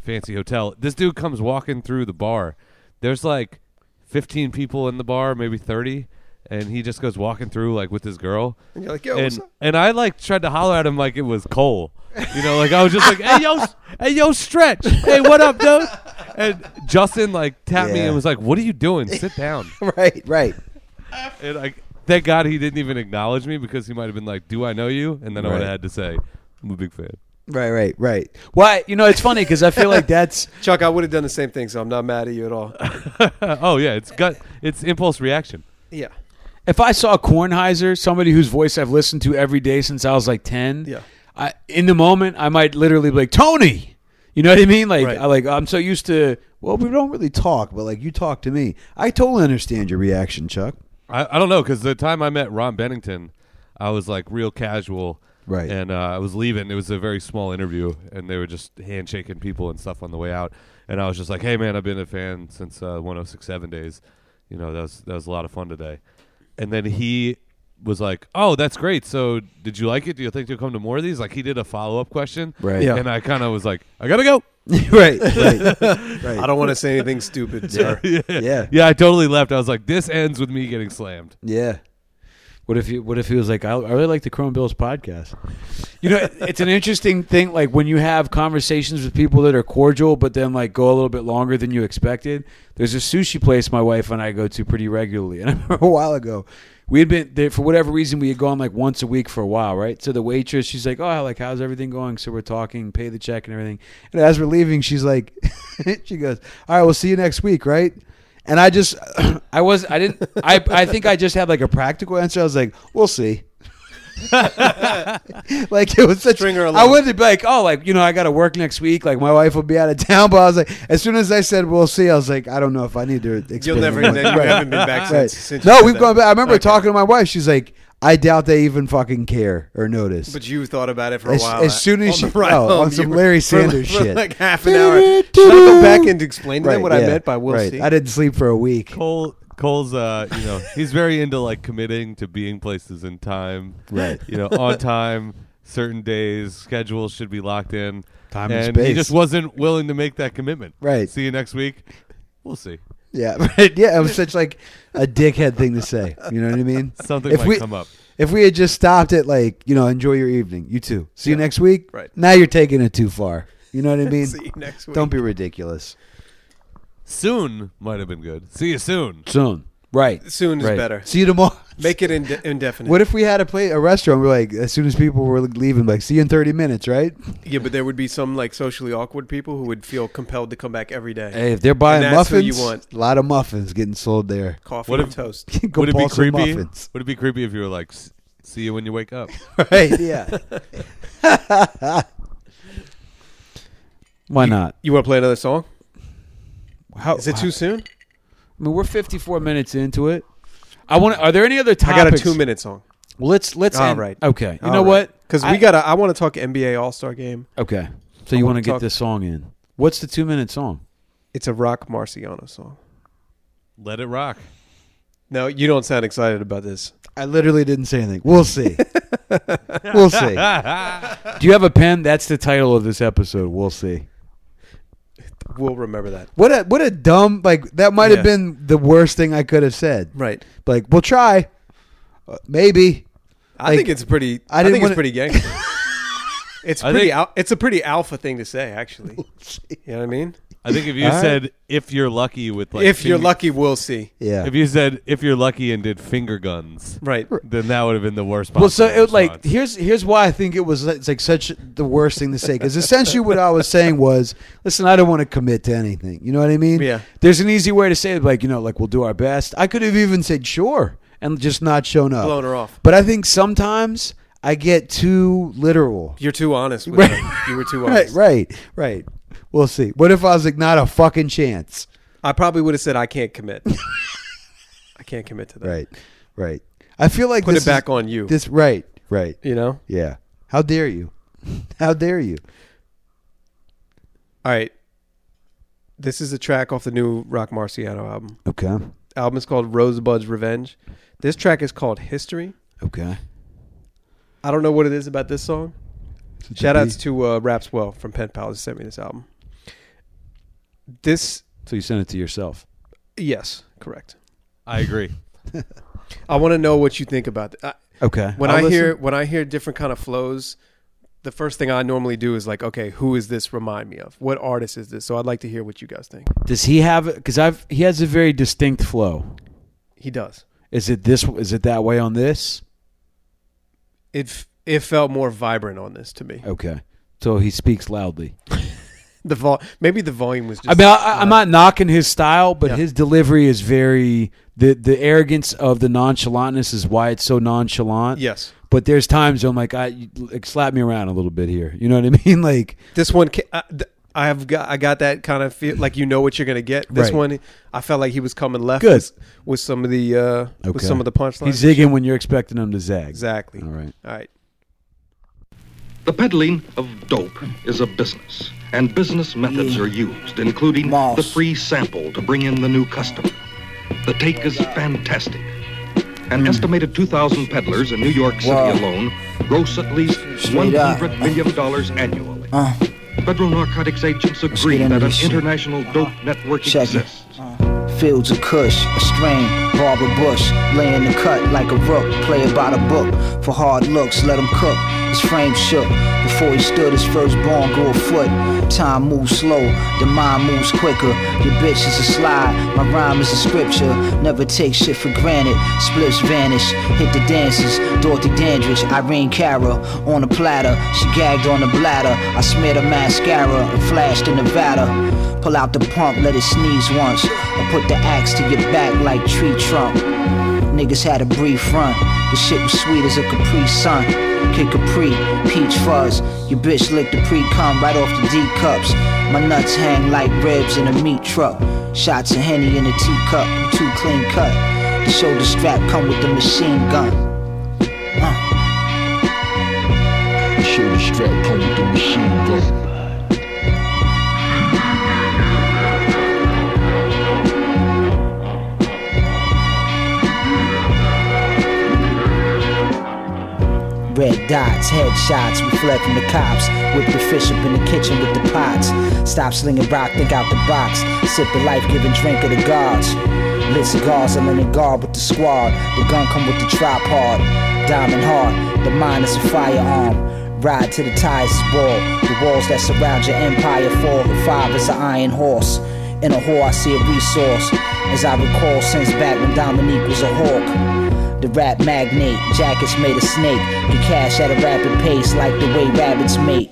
fancy hotel. This dude comes walking through the bar. There's like 15 people in the bar, maybe 30, and he just goes walking through like with his girl. And
you're like, "Yo,
and,
what's up?"
and I like tried to holler at him like it was Cole. You know, like I was just like, "Hey yo, s- hey yo, stretch. Hey, what up, dude?" And Justin like tapped me
Yeah.
and was like, "What are you doing? Sit down."
Right, right.
And I thank God he didn't even acknowledge me because he might have been like, "Do I know you?" And then I would
Right.
have had to say, "I'm a big fan."
Right, right, right.
Why? You know, it's funny because I feel like that's
Chuck, I would have done the same thing, so I'm not mad at you at all.
Uh, oh yeah, it's gut, it's impulse reaction.
yeah.
if I saw Kornheiser, somebody whose voice I've listened to every day since I was like ten,
Yeah.
I, in the moment I might literally be like Tony. You know what I mean? Like
Right.
I like I'm so used to
Well, we don't really talk, but like you talk to me. I totally understand your reaction, Chuck.
I, I don't know because the time I met Ron Bennington, I was like real casual,
Right.
And uh, I was leaving. It was a very small interview, and they were just handshaking people and stuff on the way out. And I was just like, "Hey, man, I've been a fan since uh, 106.7 days. You know, that was that was a lot of fun today." And then he was like, "Oh, that's great. So, did you like it? Do you think you'll come to more of these?" Like he did a follow up question,
Right.
Yeah.
And I kind of was like, "I gotta go."
right, right, right.
I don't want to say anything stupid, sir.
Yeah,
Yeah, I totally left. I was like, "This ends with me getting slammed."
yeah.
What if you? What if he was like, I, I really like the Chrome Bills podcast. You know, it- it's an interesting thing. Like when you have conversations with people that are cordial, but then like go a little bit longer than you expected. There's a sushi place my wife and I go to pretty regularly, and I remember a while ago. We had been there for whatever reason. We had gone like once a week for a while, right? So the waitress, she's like, "Oh, like how's everything going?" So we're talking, pay the check and everything. And as we're leaving, she's like, "She goes, all right, we'll see you next week, right?" And I just, I was, I didn't, I, I think I just had like a practical answer. I was like, we'll see. like it was such.
String her
I
along.
wouldn't be like, oh, like you know, I got to work next week. Like my wife will be out of town. But I was like, as soon as I said we'll see, I was like, I don't know if I need to. Explain
You'll never.
Like,
you haven't been back
Right.
since. since you
no,
said
we've
that.
gone back. I remember
Okay.
talking to my wife. She's like, I doubt they even fucking care or notice.
But you thought about it for a
as,
while.
as soon as she
the ride
oh,
home,
on some
you were-
Larry
for like-
Sanders
for
shit,
like half an hour. Should I go back and explain to them what I
yeah,
meant by we'll
right.
see?
I didn't sleep for a week.
Cole Cole's uh you know he's very into like committing to being places in time.
Right.
You know, on time, certain days, schedules should be locked in.
Time and
and he
space.
just wasn't willing to make that commitment.
Right.
See you next week. We'll see.
Yeah, right. yeah. It was such like a dickhead thing to say. You know what I mean?
Something
If
might
we-
come up.
If we had just stopped at like, you know, enjoy your evening. You too. See you next week.
Right.
Now you're taking it too far. You know what I mean?
See you next week.
Don't be ridiculous.
Soon might have been good. See you soon.
soon, right?
Soon is
Right.
better.
See you tomorrow.
Make it inde- indefinite.
What if we had a play a restaurant? We're like, as soon as people were leaving, like, see you in thirty minutes, right?
yeah, but there would be some like socially awkward people who would feel compelled to come back every day.
Hey, if they're buying
And that's who
muffins,
you want.
a lot of muffins getting sold there.
Coffee
What
and
if-
toast.
Compulsory
Would it be creepy?
Muffins.
Would it be creepy if you were like, "S-
See you when you wake up.
Right.
Yeah.
Why not?
You want to play another song?
Oh,
How,
Is it too soon?
I mean, we're 54 minutes into it. I want. Are there any other
I got a
topics?
two-minute song.
Well, let's let's.
All
end-
right.
Okay. You know what?
Because
I-
we got. I want to talk NBA All Star Game.
Okay. So you
wanna
want to get
talk-
this song in? What's the two minute song?
It's a Rock Marciano song.
Let it rock.
No, you don't sound excited about this.
I literally didn't say anything. We'll see. we'll see.
Do you have a pen? That's the title of this episode. We'll see.
We'll remember that.
What a what a dumb like that might
Yeah.
have been the worst thing I could have said.
Right.
Like we'll try, Uh, maybe.
I
Like,
think it's pretty.
I
I,
didn't
think it's
wanna-
pretty gangster. it's
I
pretty.
think-
al- it's a pretty alpha thing to say, actually. You know what I mean?
I think if you said if you're lucky with like
if you're
fing-
lucky, we'll see.
Yeah.
if you said if you're lucky and did finger guns,
Right.
Then that would have been the worst.
Well, so
possible
it was like
response.
here's here's why I think it was it's like such the worst thing to say because essentially what I was saying was, listen, I don't want to commit to anything. You know what I mean?
Yeah.
There's an easy way to say it, like you know, like we'll do our best. I could have even said sure and just not shown up,
Blown her off.
But I think sometimes I get too literal.
You're too honest. With
Right.
her. You were too
Right,
honest.
right, right. We'll see. What if I was like, not a fucking chance?
I probably would have said I can't commit. I can't commit to that.
Right, right. I feel like
Put
this
it back
is-
on you.
This right, right.
you know.
Yeah. How dare you? How dare you?
All right. This is a track off the new Rock Marciano album.
Okay.
album is called Rosebud's Revenge. This track is called History.
Okay.
I don't know what it is about this song.
It's
Shout
a
outs
beat.
to uh, Rapswell from Pen Pal who sent me this album. This,
So you sent it to yourself.
yes, correct.
I agree.
I want to know what you think about it.
Okay.
When
I'll
i
listen.
hear when I hear different kind of flows, the first thing I normally do is like, okay, who is this? Remind me of what artist is this? So I'd like to hear what you guys think.
does he have? Because I've he has a very distinct flow.
He does.
Is it this? Is it that way on this?
It f- it felt more vibrant on this to me.
Okay. So he speaks loudly.
The vol maybe the volume was. just
I mean, I- I, I'm not knocking his style, but
Yeah.
his delivery is very the the arrogance of the nonchalantness is why it's so nonchalant.
Yes.
But there's times I'm like, I you- like, slap me around a little bit here. You know what I mean? Like,
This one, ca- I, th- I have got, I got that kind of feel like you know what you're gonna get. This
Right.
one, I felt like he was coming left
Good.
With, with some of the uh, with
Okay.
some of the punchlines.
he's zigging when you're expecting him to zag.
exactly.
All right.
All right.
The peddling of dope is a business, and business methods are used, including the free sample to bring in the new customer. The take is fantastic.
Hmm.
An estimated 2,000 peddlers in New York City alone gross at least $100 million dollars annually. Federal narcotics agents agree
into
that an
this shit.
international dope network
Check it.
exists.
Fields of Kush, a strain, Barbara Bush, laying the cut like a rook, playing by the book. For hard looks, let him cook. His frame shook. Before he stood, his firstborn grew a foot. Time moves slow, the mind moves quicker. Your bitch is a slide, my rhyme is a scripture. Never take shit for granted. Splits vanish, hit the dances. Dorothy Dandridge, Irene Cara, on a platter. She gagged on the bladder. I smeared her mascara and flashed in Nevada. Pull out the pump, let it sneeze once. Or put the axe to your back like tree trunk. Niggas had a brief run. The shit was sweet as a Capri Sun. Kid Capri, peach fuzz. Your bitch licked the pre cum right off the D cups. My nuts hang like ribs in a meat truck. Shots of henny in a teacup. I'm too clean cut. The shoulder strap come with the machine gun.
The shoulder strap come with the machine gun.
Red dots, headshots, we fled from the cops. Whipped the fish up in the kitchen with the pots. Stop slinging rock, think out the box. Sip the life giving drink of the gods. Lit cigars and in guard with the squad. The gun come with the tripod. Diamond hard, the mind is a firearm. Ride to the tires is wall. The walls that surround your empire fall. The five is an iron horse. In a whore, I see a resource. As I recall, since back when Dominique was a hawk. The rap magnate, jackets made of snake. Get cash at a rapid pace like the way rabbits mate.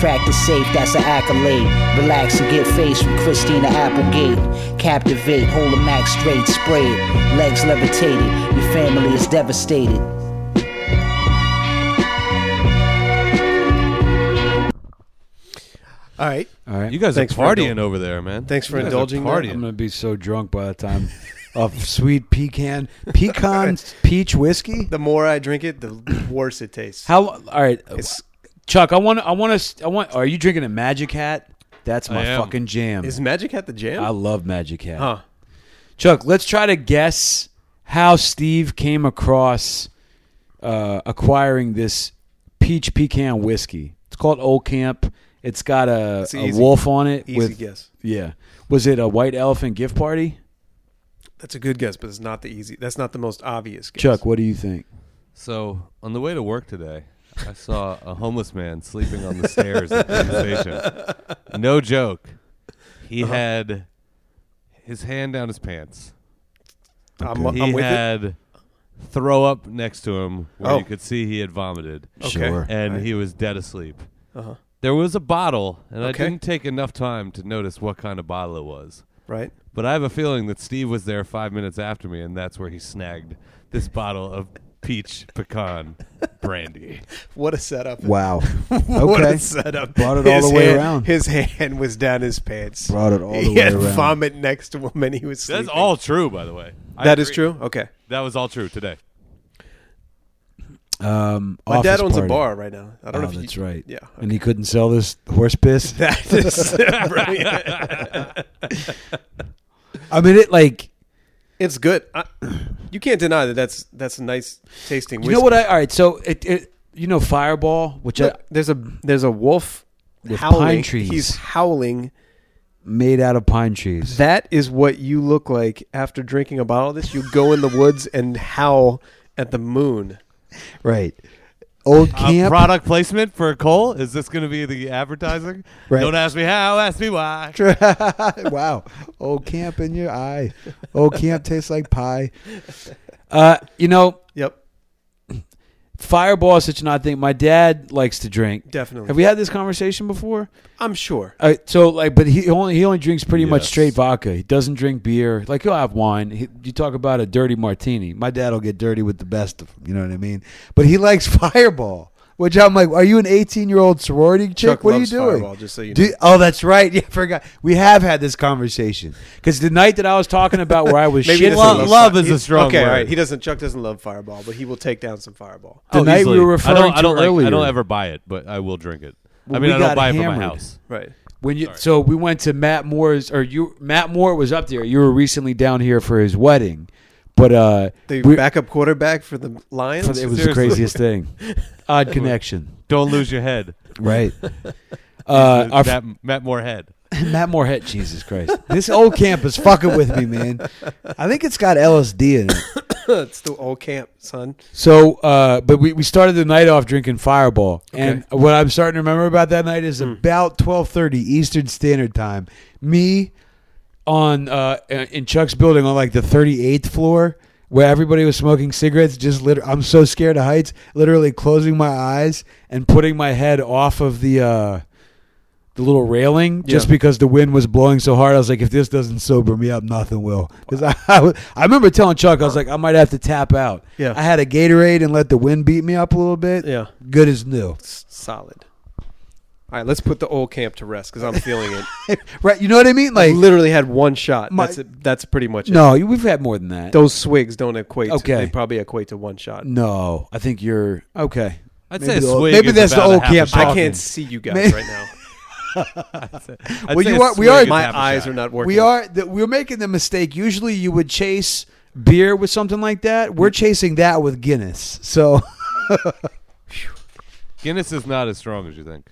Crack the safe, that's an accolade. Relax and get face from Christina Applegate. Captivate, hold a max straight, spray it. Legs levitated, your family is devastated.
All right.
All right.
You guys
Thanks
are
for
partying
indul-
over there, man.
Thanks for
You guys are
indulging that.
Partying.
I'm gonna be so drunk by the time of sweet pecan pecan peach whiskey.
The more I drink it, the worse it tastes.
How? All right, Chuck. I want. I want to. I want. Are you drinking a Magic Hat? That's my
I am.
fucking jam.
Is Magic Hat the jam?
I love Magic Hat.
Huh.
Chuck, let's try to guess how Steve came across uh, acquiring this peach pecan whiskey. It's called Old Camp. It's got a,
It's
a
easy.
wolf on it.
Easy
with,
guess.
Yeah. Was it a white elephant gift party?
That's a good guess, but it's not the easy. That's not the most obvious guess.
Chuck, what do you think?
So on the way to work today, I saw a homeless man sleeping on the stairs at the station. No joke. He
Uh-huh.
had his hand down his pants.
I'm- I'm
he
with it.
had throw up next to him where
Oh.
you could see he had vomited.
Okay. Sure.
And
Right.
he was dead asleep.
Uh-huh.
There was a bottle, and
Okay.
I didn't take enough time to notice what kind of bottle it was.
Right.
But I have a feeling that Steve was there five minutes after me, and that's where he snagged this bottle of peach pecan brandy.
What a setup!
Wow.
what
Okay.
a setup!
Brought it all the way
hand-
around.
His hand was down his pants.
Brought it all the
he
way
had
around.
Vomit next to him, and he was.
That's
Sleeping.
all true, by the way. I
That is
agree.
true. Okay.
That was all true today.
Um,
My dad
office
owns a
party.
bar right now. I don't
oh,
know if you-
that's right.
Yeah,
And he couldn't sell this horse piss.
That is
I mean, it like
It's good. I, you can't deny that. That's that's a nice tasting.
you know what? I all right. So it, it you know Fireball, which I,
Look, there's a there's a wolf
With
howling.
pine trees.
He's howling.
made out of pine trees.
That is what you look like after drinking a bottle of this. You go in the woods and howl at the moon.
Right. Old
Uh,
camp.
product placement for Cole? Is this going to be the advertising?
Right.
Don't ask me how, ask me why.
wow. Old camp in your eye. Old camp tastes like pie. Uh, you know,
Yep.
Fireball is such an odd thing. My dad likes to drink.
Definitely.
Have we had this conversation before?
I'm sure.
All right, Uh, so like, but he only he only drinks pretty much
Yes.
straight vodka. He doesn't drink beer. Like he'll have wine. He, you talk about a dirty martini. My dad will get dirty with the best of them. You know what I mean? But he likes Fireball, which I'm like, are you an 18 year old sorority chick?
Chuck
what are you
loves
doing?
Fireball, just so you
Do-
know.
oh, that's right. Yeah, I forgot. We have had this conversation because the night that I was talking about where I was
Maybe he
shit.
doesn't
Lo-
love
love
fire-
is a
he-
strong
Okay, all
word.
right. He doesn't. Chuck doesn't love Fireball, but he will take down some Fireball.
The night we were referring
I don't, I don't
to
like-
earlier.
I don't ever buy it, but I will drink it.
Well,
I
we
mean, I
got
don't buy it for
hammered.
my house.
Right.
When you so we went to Matt Moore's or you Matt Moore was up there. You were recently down here for his wedding, but uh,
The
we-
backup quarterback for the Lions.
it was the
Seriously.
craziest thing. Odd connection,
Don't lose your head.
right? Uh, our
that Matt Moore head.
Matt Moorhead, Jesus Christ, this old camp is fucking with me, man. I think it's got LSD in it.
it's the old camp, son.
So, uh, but we, we started the night off drinking Fireball, and what I'm starting to remember about that night is about 12:30 Eastern Standard Time. Me on uh, in Chuck's building on like the 38th floor where everybody was smoking cigarettes. Just liter- I'm so scared of heights. Literally closing my eyes and putting my head off of the. Uh, the little railing, just
Yeah.
because the wind was blowing so hard, I was like, if this doesn't sober me up, nothing will. Because I, I, was- I remember telling Chuck, I was like, I might have to tap out.
Yeah.
I had a Gatorade and let the wind beat me up a little bit.
Yeah.
Good as new.
S- Solid. All right, let's put the old camp to rest because I'm feeling it.
right. You know what I mean?
I
Like,
literally had one shot.
My-
that's it, that's pretty much it.
no, you- we've had more than that.
Those swigs don't equate.
Okay.
To, they probably equate to one shot.
no, I think you're okay.
I'd
Maybe
say a
the old-
swig
maybe
is
that's the
about a
old
half a
camp
shot.
I
talking.
can't see you guys
Maybe-
right now.
I'd
Well,
say
you
a
are- we are-
swig is
My
half a
Eyes
shot.
are not working.
We are th- we're making the mistake. Usually, you would chase beer with something like that. We're chasing that with Guinness. So
Guinness is not as strong as you think.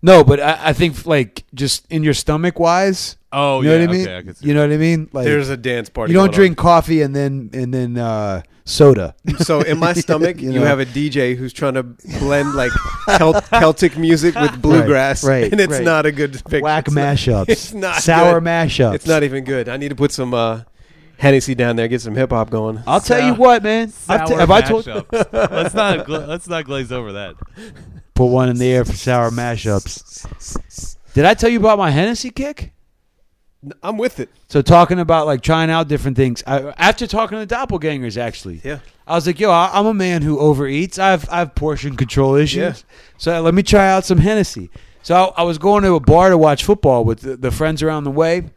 no, but I, I think like just in your stomach wise.
Oh,
you know
yeah,
what I mean.
okay, I can see
you know what I mean. Like
There's a dance party.
you don't
going
drink coffee and then and then uh, soda.
on. So in my stomach, you,
You know.
have a DJ who's trying to blend like Kel- Celtic music with bluegrass,
right,
and it's
right.
not a good picture.
Whack
It's not-
mashups.
it's not
sour
good.
mashups.
It's not e- even good. I need to put some uh, Hennessy down there, get some hip hop going.
I'll tell you what, man. I've t-
Sour
have I told
mashups. let's not gla- let's not glaze over that.
put one in the air for sour mashups? Did I tell you about my Hennessy kick?
I'm with it.
So talking about like trying out different things. I, after talking to doppelgangers, actually,
Yeah.
I was like, "Yo, I, I'm a man who overeats. I have I have portion control issues. So let me try out some Hennessy." So I, I was going to a bar to watch football with the, the friends around the way.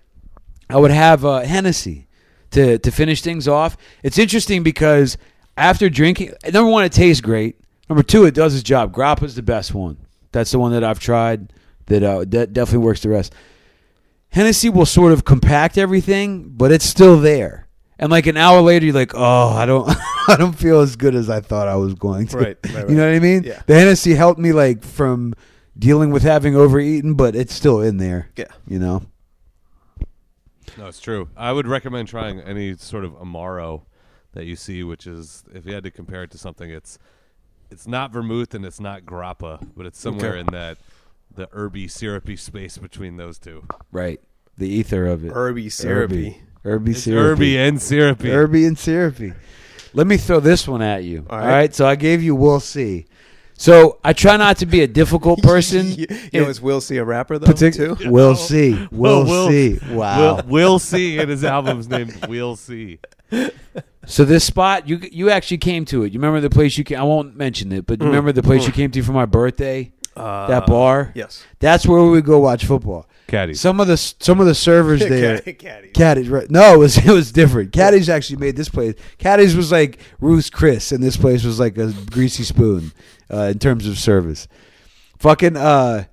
I would have uh, Hennessy to to finish things off. It's interesting because after drinking, number one, it tastes great. Number two, it does its job. Grappa's the best one. That's the one that I've tried that uh, that definitely works the rest. Hennessy will sort of compact everything, but it's still there. And like an hour later, you're like, oh, I don't, I don't feel as good as I thought I was going to.
Right, right, right.
You know what I mean?
Yeah.
The Hennessy helped me like from dealing with having overeaten, but it's still in there.
Yeah.
You know.
No, it's true. I would recommend trying any sort of amaro that you see, which is if you had to compare it to something, it's it's not vermouth and it's not grappa, but it's somewhere
Okay.
in that the herby syrupy space between those two.
Right. The ether of it.
Herby syrupy.
Herby
It's
syrupy.
herby and syrupy.
Herby and syrupy. Let me throw this one at you.
All
All
right.
right. So I gave you we'll see. So I try not to be a difficult person.
you know, is Will C a rapper though?
Partic-
too. Oh.
We'll see. We'll, see. Wow.
Will, Will C. And his album's named Will C.
So this spot, you you actually came to it. You remember the place you came? I won't mention it, but you
Mm.
remember the place
Mm.
you came to for my birthday?
Uh,
that bar.
yes.
that's where we would go watch football.
Caddies.
Some of the some of the servers there.
Caddy- caddies.
Caddies, Right. No, it was it was different. Caddies actually made this place. Caddies was like Ruth's Chris, and this place was like a greasy spoon uh, in terms of service. Fucking. uh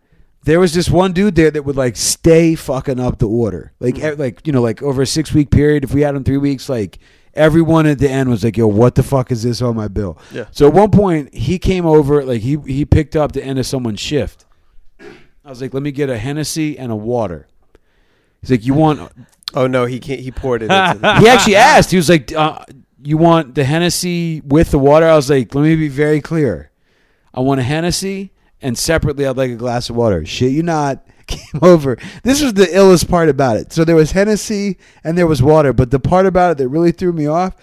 there was this one dude there that would like stay fucking up the order, like
Mm.
e- like you know, like over a six week period. If we had him three weeks, like everyone at the end was like, "Yo, what the fuck is this on my bill?"
Yeah.
So at one point, he came over, like he he picked up the end of someone's shift. I was like, "Let me get a Hennessy and a water." He's like, "You want?"
Oh no, he can't. He poured it. Into the-
he actually asked. He was like, uh, "You want the Hennessy with the water?" I was like, "Let me be very clear. I want a Hennessy, and separately, I'd like a glass of water." Shit, you not came over. This was the illest part about it. So there was Hennessy and there was water, but the part about it that really threw me off,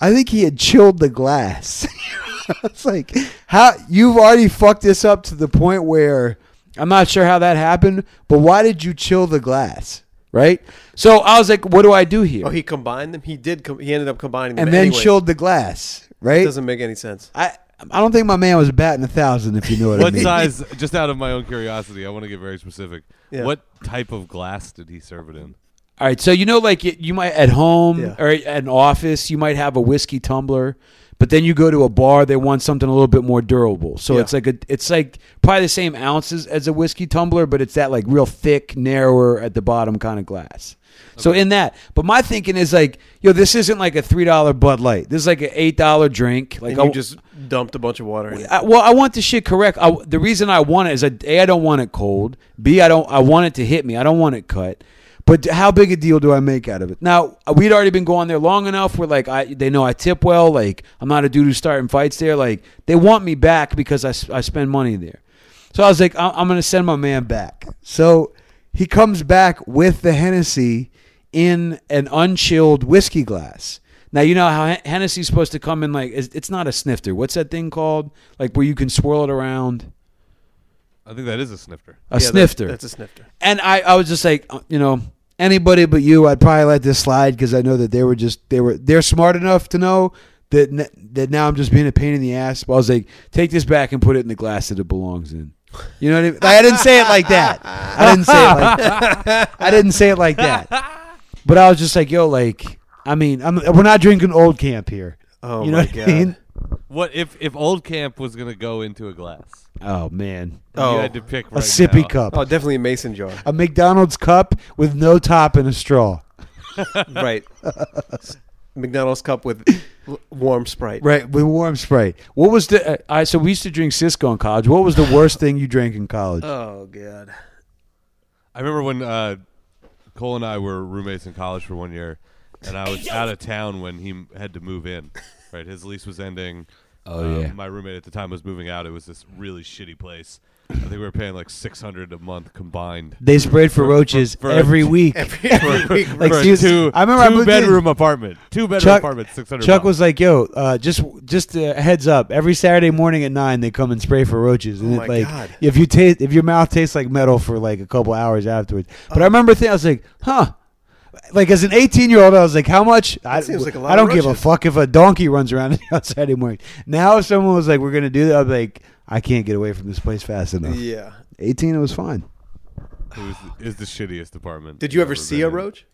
I think he had chilled the glass. it's like how you've already fucked this up to the point where I'm not sure how that happened, but why did you chill the glass? Right? So I was like, what do I do here?
Oh, he combined them. He did. Com- he ended up combining them.
and then
anyway.
chilled the glass, right?
It doesn't make any sense.
I I don't think my man was batting a thousand, if you know what, I
What
mean.
size, just out of my own curiosity, I want to get very specific.
Yeah.
What type of glass did he serve it in?
All right, so you know, like you- you might at home
Yeah.
or at an office, you might have a whiskey tumbler, but then you go to a bar, they want something a little bit more durable. So
Yeah.
it's like a, it's like probably the same ounces as a whiskey tumbler, but it's that like real thick, narrower at the bottom kind of glass. So in that, but my thinking is like, yo, this isn't like a three dollar Bud Light. This is like an eight dollar drink. Like
and you
I-
just dumped a bunch of water. in it.
I, well, I want the shit correct. I, the reason I want it is I, a I don't want it cold. B I don't I want it to hit me. I don't want it cut. But how big a deal do I make out of it? Now we'd already been going there long enough. We're like I they know I tip well. Like I'm not a dude who's starting fights there. Like they want me back because I s- I spend money there. So I was like I- I'm gonna send my man back. So he comes back with the Hennessy in an unchilled whiskey glass. Now you know how Hen- Hennessy's supposed to come in like it's it's not a snifter. What's that thing called? Like where you can swirl it around.
I think that is a snifter.
A snifter.
That's a snifter.
and I, I was just like, uh, you know, anybody but you, I'd probably let this slide because I know that they were just they were they're smart enough to know that n- that now I'm just being a pain in the ass. But I was like, take this back and put it in the glass that it belongs in. You know what I mean? Like, I didn't say it like that. I didn't say it like that. I didn't say it like that. But I was just like, yo, like, I mean, I'm, we're not drinking old camp here.
Oh
you know
my
what
god.
I mean?
What if if Old Camp was going to go into a glass?
Oh man,
and
Oh.
You had to pick
a
right
sippy
now.
cup,
Oh, definitely a mason jar.
a McDonald's cup with no top and a straw.
right. McDonald's cup with l- warm Sprite.
Right, with warm Sprite. What was the? Uh, I so we used to drink Cisco in college. What was the worst thing you drank in college?
Oh god.
I remember when uh, Cole and I were roommates in college for one year, and I was out of town when he m- had to move in. Right, his lease was ending.
Oh, yeah.
My roommate at the time was moving out. It was this really shitty place. I think we were paying like six hundred a month combined.
they sprayed for roaches
for-
every week.
Like
Like,
for a
she's-
two,
I remember I
two
moved in-
bedroom apartment, two bedroom
Chuck,
apartment, six hundred.
Chuck was like, "Yo, uh, just just a heads up. Every Saturday morning at nine, they come and spray for roaches. And
Oh
it,
my
like,
God.
if you taste, if your mouth tastes like metal for like a couple hours afterwards.
Oh.
But I remember thinking, I was like, huh." Like as an 18 year old, I was like, "How much? I,
seems like a lot
I
of
don't give a
roaches.
fuck if a donkey runs around on Saturday morning." Now, if someone was like, "We're gonna do that," I'd be like, "I can't get away from this place fast enough."
Yeah.
18, it was fine.
It was is the shittiest apartment.
Did you
I've
ever see a
been in.
roach?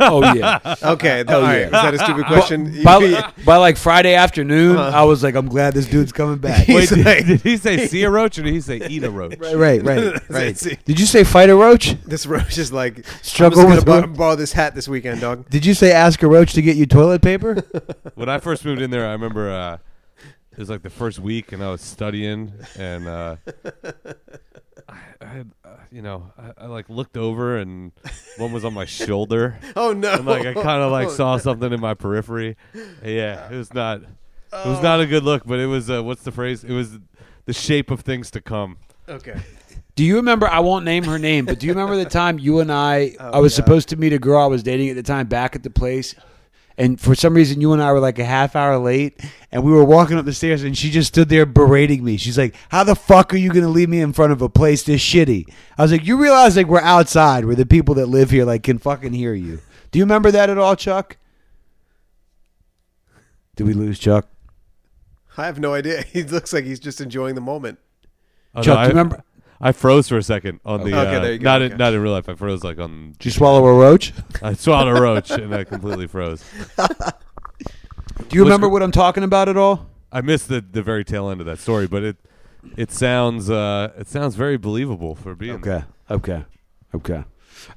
Oh yeah.
okay.
Oh,
all right.
yeah.
Is that a stupid
But-
question? Uh-huh.
By, by, like Friday afternoon, I was like, I'm glad this dude's coming back.
Wait, did, did he say see a roach or did he say eat a roach?
Right, right,
That's
right.
it.
Did you say fight a roach?
This roach is like
Struggle
I'm
with
just gonna
roach?
borrow, borrow this hat this weekend, dog.
Did you say ask a roach to get you toilet paper?
when I first moved in there, I remember uh, it was like the first week, and I was studying, and uh, I, I, uh, you know, I, I like looked over, and one was on my shoulder.
Oh, no.
And like I kind of like
Oh,
saw
no.
something in my periphery. Yeah, it was not, it
Oh.
was not a good look, but it was uh, what's the phrase? It was the shape of things to come.
Okay.
Do you remember? I won't name her name, but do you remember the time you and I?
Oh,
I was
yeah.
supposed to meet a girl I was dating at the time back at the place, and for some reason you and I were like a half hour late, and we were walking up the stairs, and she just stood there berating me. She's like, "How the fuck are you going to leave me in front of a place this shitty?" I was like, "You realize like we're outside, where the people that live here like can fucking hear you." Do you remember that at all, Chuck? Did we lose Chuck?
I have no idea. He looks like he's just enjoying the moment.
Oh, no,
Chuck, do
I,
you remember-
I froze for a second on the.
Okay,
uh,
there you go,
Not
okay.
in, not in real life. I froze like on.
Did you swallow a roach?
I swallowed a roach and I completely froze.
Do you remember what I'm talking about at all?
I missed the, the very tail end of that story, but it it sounds uh, it sounds very believable for being
Okay. Okay. Okay.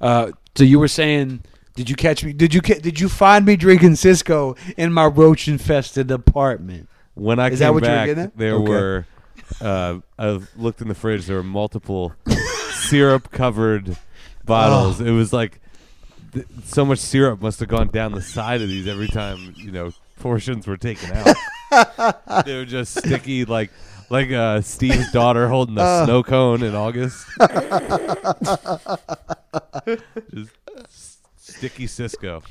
Uh, so you were saying, did you catch me? Did you ca- did you find me drinking Cisco in my roach infested apartment?
When I
is
came
that what
back,
you were getting at?
there
Okay.
were uh, I looked in the fridge. There were multiple syrup covered
Oh.
bottles. It was like th- so much syrup must have gone down the side of these every time you know portions were taken out. they were just sticky, like like uh, Steve's daughter holding the
Oh.
snow cone in August. just s- sticky Cisco.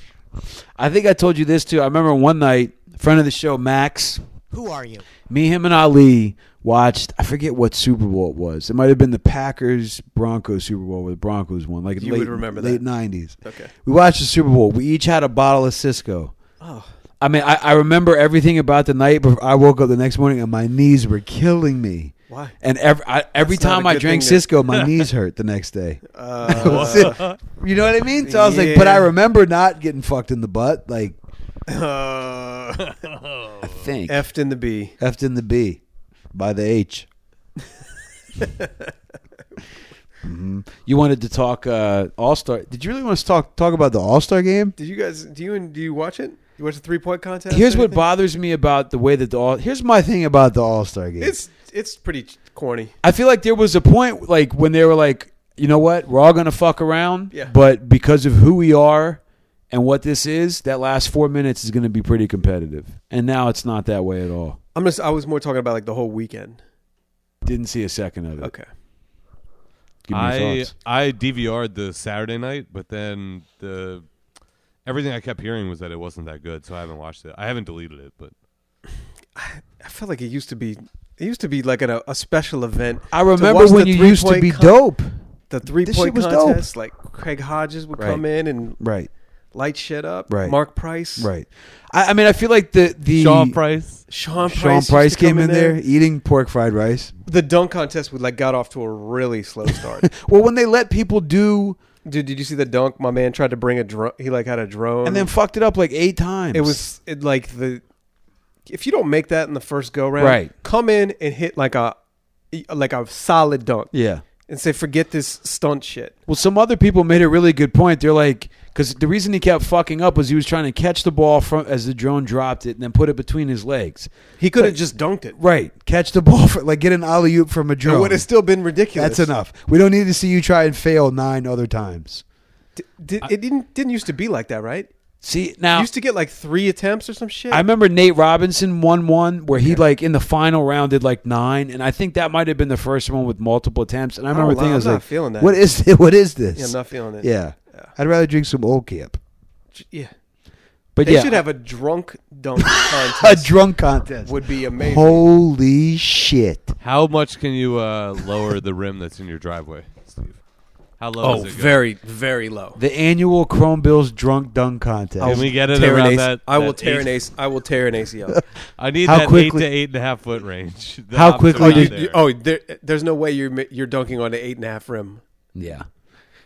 I think I told you this too. I remember one night, friend of the show Max.
Who are you?
Me, him, and Ali watched. I forget what Super Bowl it was. It might have been the Packers Broncos Super Bowl where the Broncos won, like in
You
late,
would remember that.
late '90s.
Okay.
We watched the Super Bowl. We each had a bottle of Cisco.
Oh.
I mean, I, I remember everything about the night. But I woke up the next morning and my knees were killing me.
Why?
And every I, every
That's not
time
a
I
good
drank
thing to-
Cisco, my knees hurt the next day.
Uh.
you know what I mean? So I was like, but
Yeah.
I remember not getting fucked in the butt. Like
Uh,
I think
F'd in the B.
F'd in the B by the H. Mhm. You wanted to talk uh, All Star. Did you really want us to talk talk about the All Star game?
Did you guys? Do you and do you watch it? You watch the three point contest?
Here's
or
what
anything?
bothers me about the way that the all. Here's my thing about the All Star game.
It's it's pretty ch- corny.
I feel like there was a point like when they were like, you know what, we're all gonna fuck around,
Yeah.
but because of who we are and what this is, that last four minutes is gonna be pretty competitive. And now it's not that way at all.
I'm just. I was more talking about like the whole weekend.
Didn't see a second of it.
Okay.
Give me your
I
thoughts.
I DVR'd the Saturday night, but then the everything I kept hearing was that it wasn't that good, so I haven't watched it. I haven't deleted it, but
I felt like it used to be. It used to be like an, a, a special event.
I
To
remember
watch
when
the
you used to
three-point
be
con-
dope.
The three
This shit
point
was
contest, like Craig Hodges would
Right.
come in and
Right.
light shit up.
Right.
Mark Price.
Right. I, I mean I feel like the, the
Sean Price.
Sean Price.
Sean
used to
Price
come
came in there, eating pork fried rice.
The dunk contest would like got off to a really slow start.
Well when they let people do
Dude, did you see the dunk? My man tried to bring a drone. He like had a drone,
and then fucked it up like eight times.
It was it, like the if you don't make that in the first go round,
Right.
Come in and hit like a e, like a solid dunk.
Yeah.
and say forget this stunt shit.
Well, some other people made a really good point. They're like, because the reason he kept fucking up was he was trying to catch the ball from as the drone dropped it and then put it between his legs.
He could have
Like,
just dunked it.
right catch the ball for like get an alley oop from a
It
drone.
would have still been ridiculous.
That's enough. We don't need to see you try and fail nine other times.
Did, it didn't didn't used to be like that, right?
See now,
You used to get like three attempts or some shit.
I remember Nate Robinson won one where he like in the final round did like nine, and I think that might have been the first one with multiple attempts. And I
Oh,
remember
wow,
thinking, I
I'm
was
not
like,
feeling that.
"What is it? What is this?
Yeah, I'm not feeling it.
Yeah, I'd rather drink some old camp."
yeah.
But
they
yeah,
should have a drunk dunk contest.
a drunk contest
would be amazing.
Holy shit!
how much can you uh, lower the rim that's in your driveway, Steve? How low
Oh,
is it? go?
very, very low.
The annual Chrome Bills Drunk Dunk Contest.
Can we get it
Tear an
around
AC
that?
I will
that
tear
eight-
an AC. I will tear an ACL.
I need
How
that
quickly-
eight to eight and a half foot range. The
How
op's
quickly
around
did-
there.
You- oh, there, there's no way you're ma- you're dunking on an eight and a half rim.
Yeah.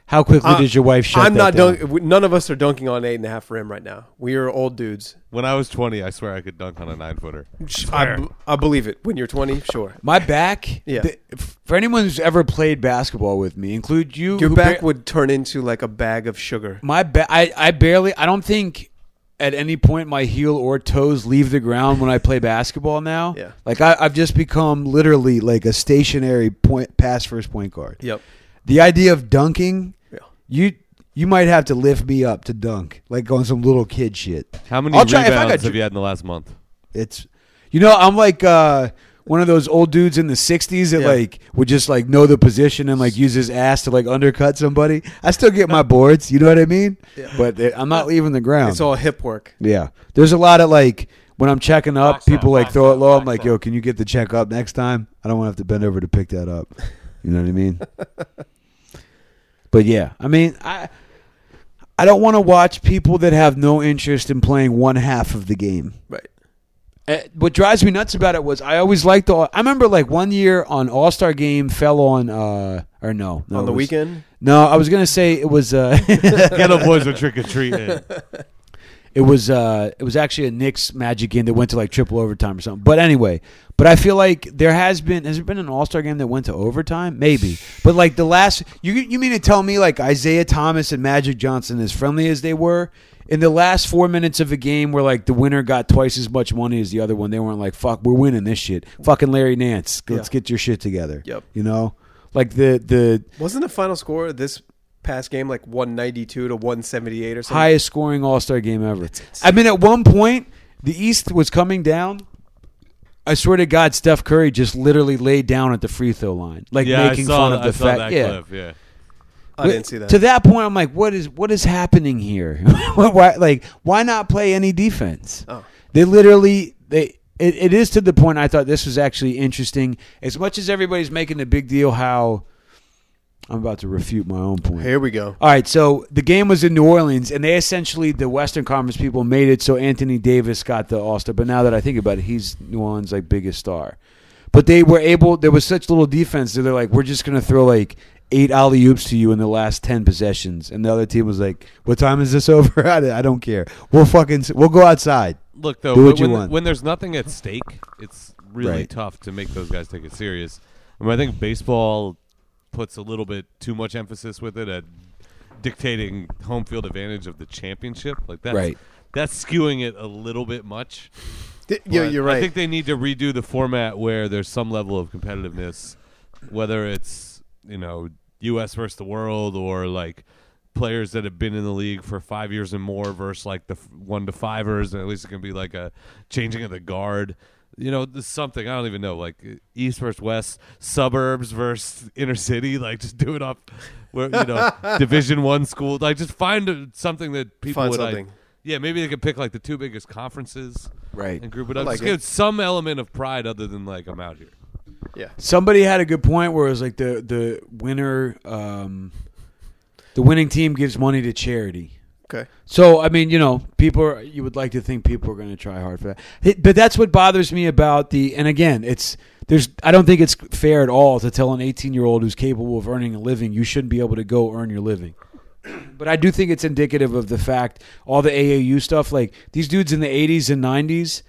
How quickly
Uh,
did your wife shut
I'm
that
not
down?
dunk- we- None of us are dunking on an eight and a half rim right now. We are old dudes.
When I was 20, I swear I could dunk on a nine footer.
I, b- I believe it. When you're 20, sure.
My back.
Yeah.
the- f- for anyone who's ever played basketball with me, include you.
Your
who
back
bar-
would turn into like a bag of sugar.
my ba- I, I barely. I don't think at any point my heel or toes leave the ground when I play basketball now.
Yeah.
Like I, I've just become literally like a stationary point pass first point guard.
Yep.
The idea of dunking.
Yeah.
You. You might have to lift me up to dunk, like on some little kid shit.
How many
I'll try-
rebounds
if I got
have you had in the last month?
It's you know, I'm like uh one of those old dudes in the '60s that
Yeah.
like would just like know the position and like use his ass to like undercut somebody. I still get my boards, you know what I mean? But they- I'm not leaving the ground.
It's all hip work.
yeah. There's a lot of like when I'm checking up, people like throw it low. I'm like, yo, can you get the check up next time? I don't want to have to bend over to pick that up. You know what I mean? but yeah, I mean, I I don't want to watch people that have no interest in playing one half of the game.
Right.
Uh, what drives me nuts about it was I always liked the. I remember like one year on All Star Game fell on uh or no, no
On
it
the
was-
weekend?
No, I was gonna say it was uh
Ghetto boys are trick or treating.
It was uh it was actually a Knicks Magic game that went to like triple overtime or something. But anyway, but I feel like there has been has there been an All Star game that went to overtime? Maybe, but like the last you you mean to tell me like Isaiah Thomas and Magic Johnson as friendly as they were in the last four minutes of a game where like the winner got twice as much money as the other one? They weren't like fuck, we're winning this shit. Fucking Larry Nance, let's
Yeah.
get your shit together.
Yep.
You know, like the the
Wasn't the final score of this past game like 192 to 178 or something?
highest scoring All Star game ever. I mean, at one point, the East was coming down. I swear to God, Steph Curry just literally laid down at the free throw line, like
yeah,
making
I saw,
fun of
I
the
saw
fact.
that
yeah,
clip. Yeah.
I didn't see that.
To that point, I'm like, what is what is happening here? why, like, why not play any defense?
Oh.
They literally they. It, it is to the point I thought this was actually interesting. As much as everybody's making a big deal how I'm about to refute my own point.
Here we go.
All right, so the game was in New Orleans, and they essentially the Western Conference people made it so Anthony Davis got the All Star. But now that I think about it, he's New Orleans' like biggest star. But they were able. There was such little defense that they're like, we're just gonna throw like eight alley oops to you in the last ten possessions, and the other team was like, what time is this over? I don't- I don't care. We'll fucking we'll go outside.
Look though,
do
when,
what you
when-
want.
when there's nothing at stake, it's really
Right.
tough to make those guys take it serious. I mean, I think baseball puts a little bit too much emphasis with it at dictating home field advantage of the championship. Like that's
Right.
that's skewing it a little bit much.
Th- yeah,
But
you're right.
I think they need to redo the format where there's some level of competitiveness, whether it's you know U.S. versus the world or like players that have been in the league for five years and more versus like the f- one to fivers, and at least it can be like a changing of the guard. You know, there's something I don't even know, like uh, East versus West, suburbs versus inner city. Like, just do it off where you know Division One school. Like, just find uh, something that people
Find
would like-
something.
yeah, maybe they could pick like the two biggest conferences,
Right.
and group it
I
up.
like
Just
it.
give some element of pride other than like I'm out here.
yeah.
Somebody had a good point where it was like the the winner, um, the winning team gives money to charity.
Okay.
So I mean, you know, people are, you would like to think people are going to try hard for that, It- but that's what bothers me about the. And again, it's there's I don't think it's fair at all to tell an 18 year old who's capable of earning a living you shouldn't be able to go earn your living. But I do think it's indicative of the fact all the AAU stuff, like these dudes in the 80s and 90s,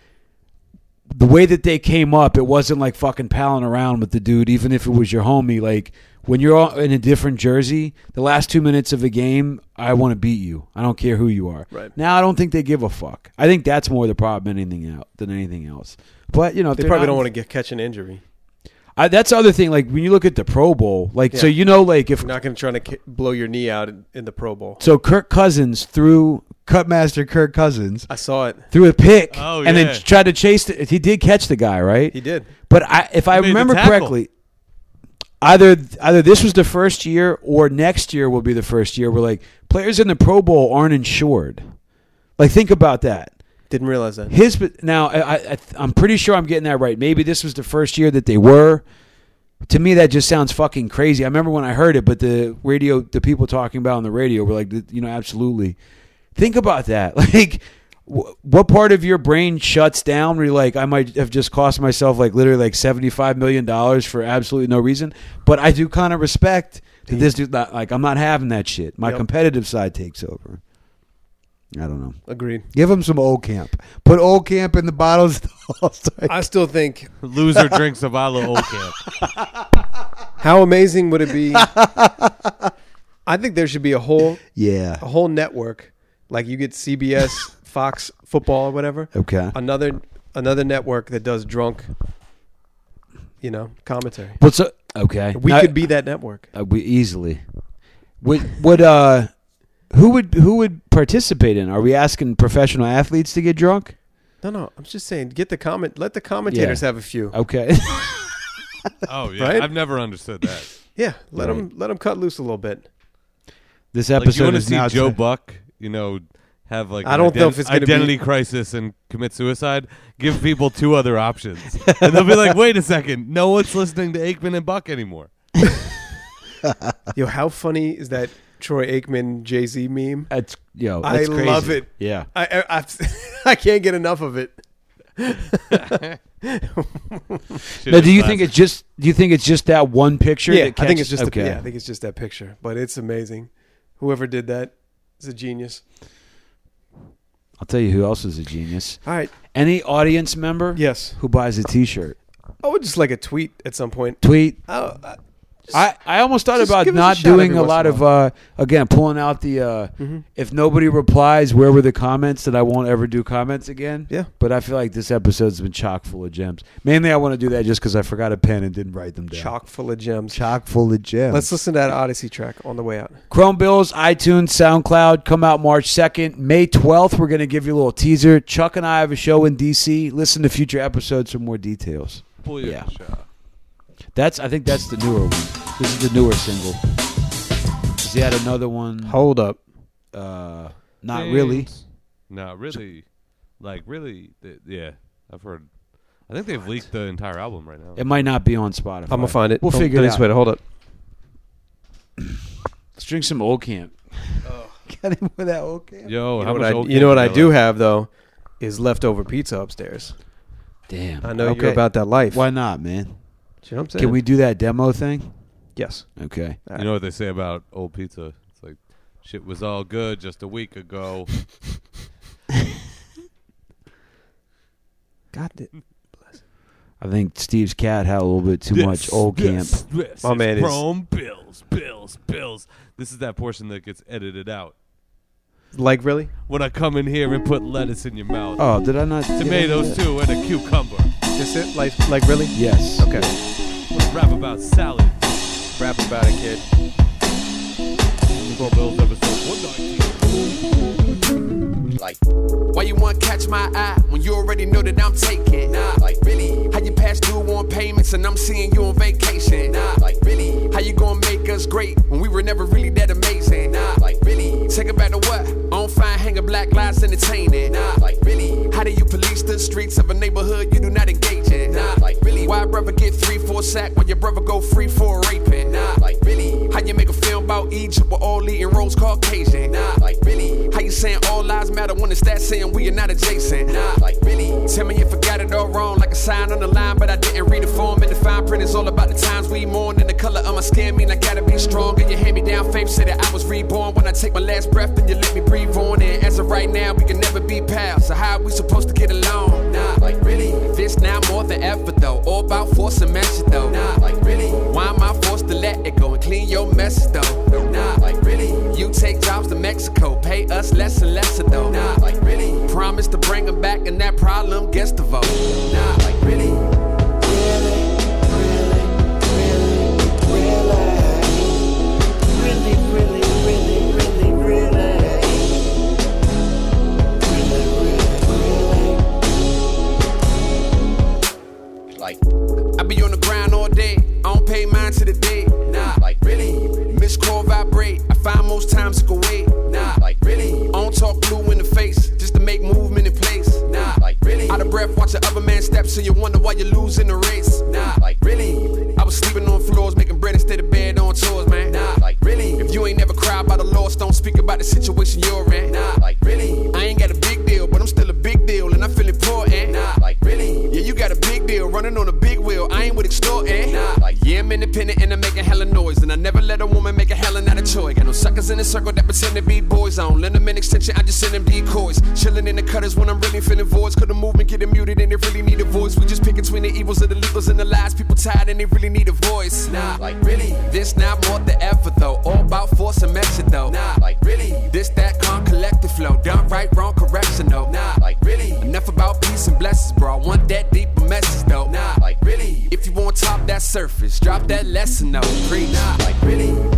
the way that they came up, it wasn't like fucking palling around with the dude, even if it was your homie. Like when you're all in a different jersey, the last two minutes of a game, I want to beat you. I don't care who you are.
Right.
now, I don't think they give a fuck. I think that's more the problem than anything out than anything else. But you know, if
They
they're
probably
not-
don't want to get catch an injury.
I, that's the other thing. Like when you look at the Pro Bowl, like so
Yeah.
you know, like if
You're not going to try to ki- blow your knee out in, in the Pro Bowl.
so, Kirk Cousins threw cutmaster Kirk Cousins
I saw it.
threw a pick
Oh,
and
yeah.
then tried to chase. The, he did catch the guy, right?
He did.
But I, if I
made the
remember
tackle.
correctly, either either this was the first year or next year will be the first year where like players in the Pro Bowl aren't insured. Like think about that.
Didn't realize that.
His now I, I I'm pretty sure I'm getting that right. Maybe this was the first year that they were. to me that just sounds fucking crazy. I remember when I heard it, but the radio, the people talking about on the radio were like, you know, absolutely. Think about that. Like, wh- what part of your brain shuts down? Where you're like, I might have just cost myself like literally like seventy five million dollars for absolutely no reason, but I do kind of respect that this dude. Not, like, I'm not having that shit. My
Yep.
competitive side takes over. I don't know.
Agreed.
Give him some old camp. Put old camp in the bottles.
I still think
Loser drinks a bottle of old camp.
How amazing would it be? I think there should be a whole
Yeah.
a whole network. Like you get CBS, Fox football or whatever.
Okay.
Another another network that does drunk you know, commentary.
But so okay,
We
Now-
could be that network.
Uh, we easily. Would would uh, who would who would participate in? Are we asking professional athletes to get drunk?
No, no, I'm just saying get the comment let the commentators
Yeah.
have a few.
Okay.
Oh yeah,
Right?
I've never understood that.
Yeah, let
Right.
them let them cut loose a little bit.
this
Like, you
episode
want to
is
see
now
Joe Buck, you know, have like
I
an
don't know if it's gonna
identity
be-
crisis and commit suicide. Give people two other options, and they'll be like, "Wait a second, no one's listening to Aikman and Buck anymore."
Yo, how funny is that Troy Aikman Jay Z meme?
That's yo.
I
that's crazy.
love it.
Yeah.
I I, I've- I can't get enough of it.
Now, do you think it's just? Do you think it's just that one picture?
yeah,
that
I think
catches-
it's just
okay.
the, yeah, I think it's just that picture, but it's amazing. Whoever did that is a genius.
I'll tell you who else is a genius.
All right.
Any audience member?
Yes.
Who buys a T-shirt?
I would just like a tweet at some point.
Tweet.
Oh, I-
I, I almost thought
just
about
give us a
not
shout
doing
every
a
once
lot
in a Mm-hmm.
of uh, again pulling out the uh, if nobody replies where were the comments that I won't ever do comments again
Yeah.
but I feel like this episode's been chock full of gems mainly I want to do that just because I forgot a pen and didn't write them down
chock full of gems.
Chock full of gems.
Let's listen to that Odyssey track on the way out.
Chrome Bills, iTunes, SoundCloud come out March 2nd. May 12th, we're going to give you a little teaser. Chuck and I have a show in D.C. Listen to future episodes for more details.
Pull your
Yeah.
shot.
That's I think that's the newer one. This is the newer single. 'Cause He had another one.
Hold up.
Uh, not really.
Things Not really. Like really, th- yeah. I've heard. I think they've leaked the entire album right now.
It might not be on Spotify.
I'm gonna find it.
We'll
Don't-
figure
don't
it
even
out.
sweat Hold up.
Let's drink some old camp.
Got him with that old camp.
Yo,
You know,
how
what
much
I,
old
you know
Camp
what I
Killer?
do have though is leftover pizza upstairs.
Damn.
I know
Okay.
you're about that life.
Why not, man?
You know what I'm saying?
Can we do that demo thing?
Yes.
Okay.
You know what they say about old pizza? It's like shit was all good just a week ago.
God, it.
I think Steve's cat had a little bit too much old camp.
This, this
My
is
man is-
Chrome bills, bills, bills. This is that portion that gets edited out.
like really?
When I come in here and put lettuce in your mouth,
Oh, did I not? did I do
tomatoes
that?
too, and a cucumber.
Is it like like really?
Yes.
Okay.
Rap about salad.
Rap about it, kid.
Chrome bills episode one nineteen.
Like, why you want to catch my eye when you already know that I'm taking? Nah, like, really? How you pass due on payments and I'm seeing you on vacation? Nah, like, really? How you gonna make us great when we were never really that amazing? Nah, like, really? Take it back to what? On fire, hanging black lives entertaining. Nah, like, really? How do you police the streets of a neighborhood you do not engage in? Nah, like, really? Why brother get three for a sack when your brother go free for a raping? Nah, like, really? How you make a film about Egypt with all eating rolls Caucasian? Nah, like, really? How you saying all lives matter when it's that saying we are not adjacent? Nah, like, really? Tell me if I got it all wrong, like a sign on the line, but I didn't read the form. And the fine print is all about the times we mourn. And the color of my skin mean I gotta be strong. And your hand me down faith said that I was reborn. When I take my last breath, then you let me breathe on. And as of right now, we can never be pals. So how are we supposed to get along? Nah, like, really? This now more than ever, though. All about force and measure, though. Nah, like, really? Why am I forced to let it go and clean your mess, though? Nah, like, really? You take jobs to Mexico, pay us less and lesser, though. Nah, like, really? Promise to bring them back, and that problem gets the vote. Nah, like, really? Like, I be on the grind all day. I don't pay mine to the day. Nah, like really. Miss call vibrate. I find most times it can wait. Nah, like really. I don't talk blue in the face just to make movement in place. Nah, like really. Out of breath, watch the other man step, so you wonder why you're losing the race. Nah, like really. I was was sleeping on floors, making bread instead of bed on tours, man. Nah, like really. If you ain't never cried by the loss, don't speak about the situation you're in. Nah, like really. I ain't got a big deal, but I'm still a big deal, and I feel important. Nah, like really. Yeah, you got a big deal, running on a big wheel. I ain't with extorting. Nah, like yeah, I'm independent and I'm making hella noise, and I never let a woman make a hella out of Troy. Got no suckers in the circle that pretend to be boys. I don't lend them an extension, I just send them decoys. Chilling in the cutters when I'm really feeling voids. Could the movement get muted and they really need a voice? We just pick between the evils of the legals and the lies. People tired and they really need a voice. Nah, like really. This not more the effort though. All about force and measure though. Nah, like really. This that con collective flow. Done right, wrong, correction though. Nah, like really. Enough about peace and blessings, bro. I want that deeper message though. Nah, like really. If you want top that surface, drop that lesson though. Preach. Nah, like really.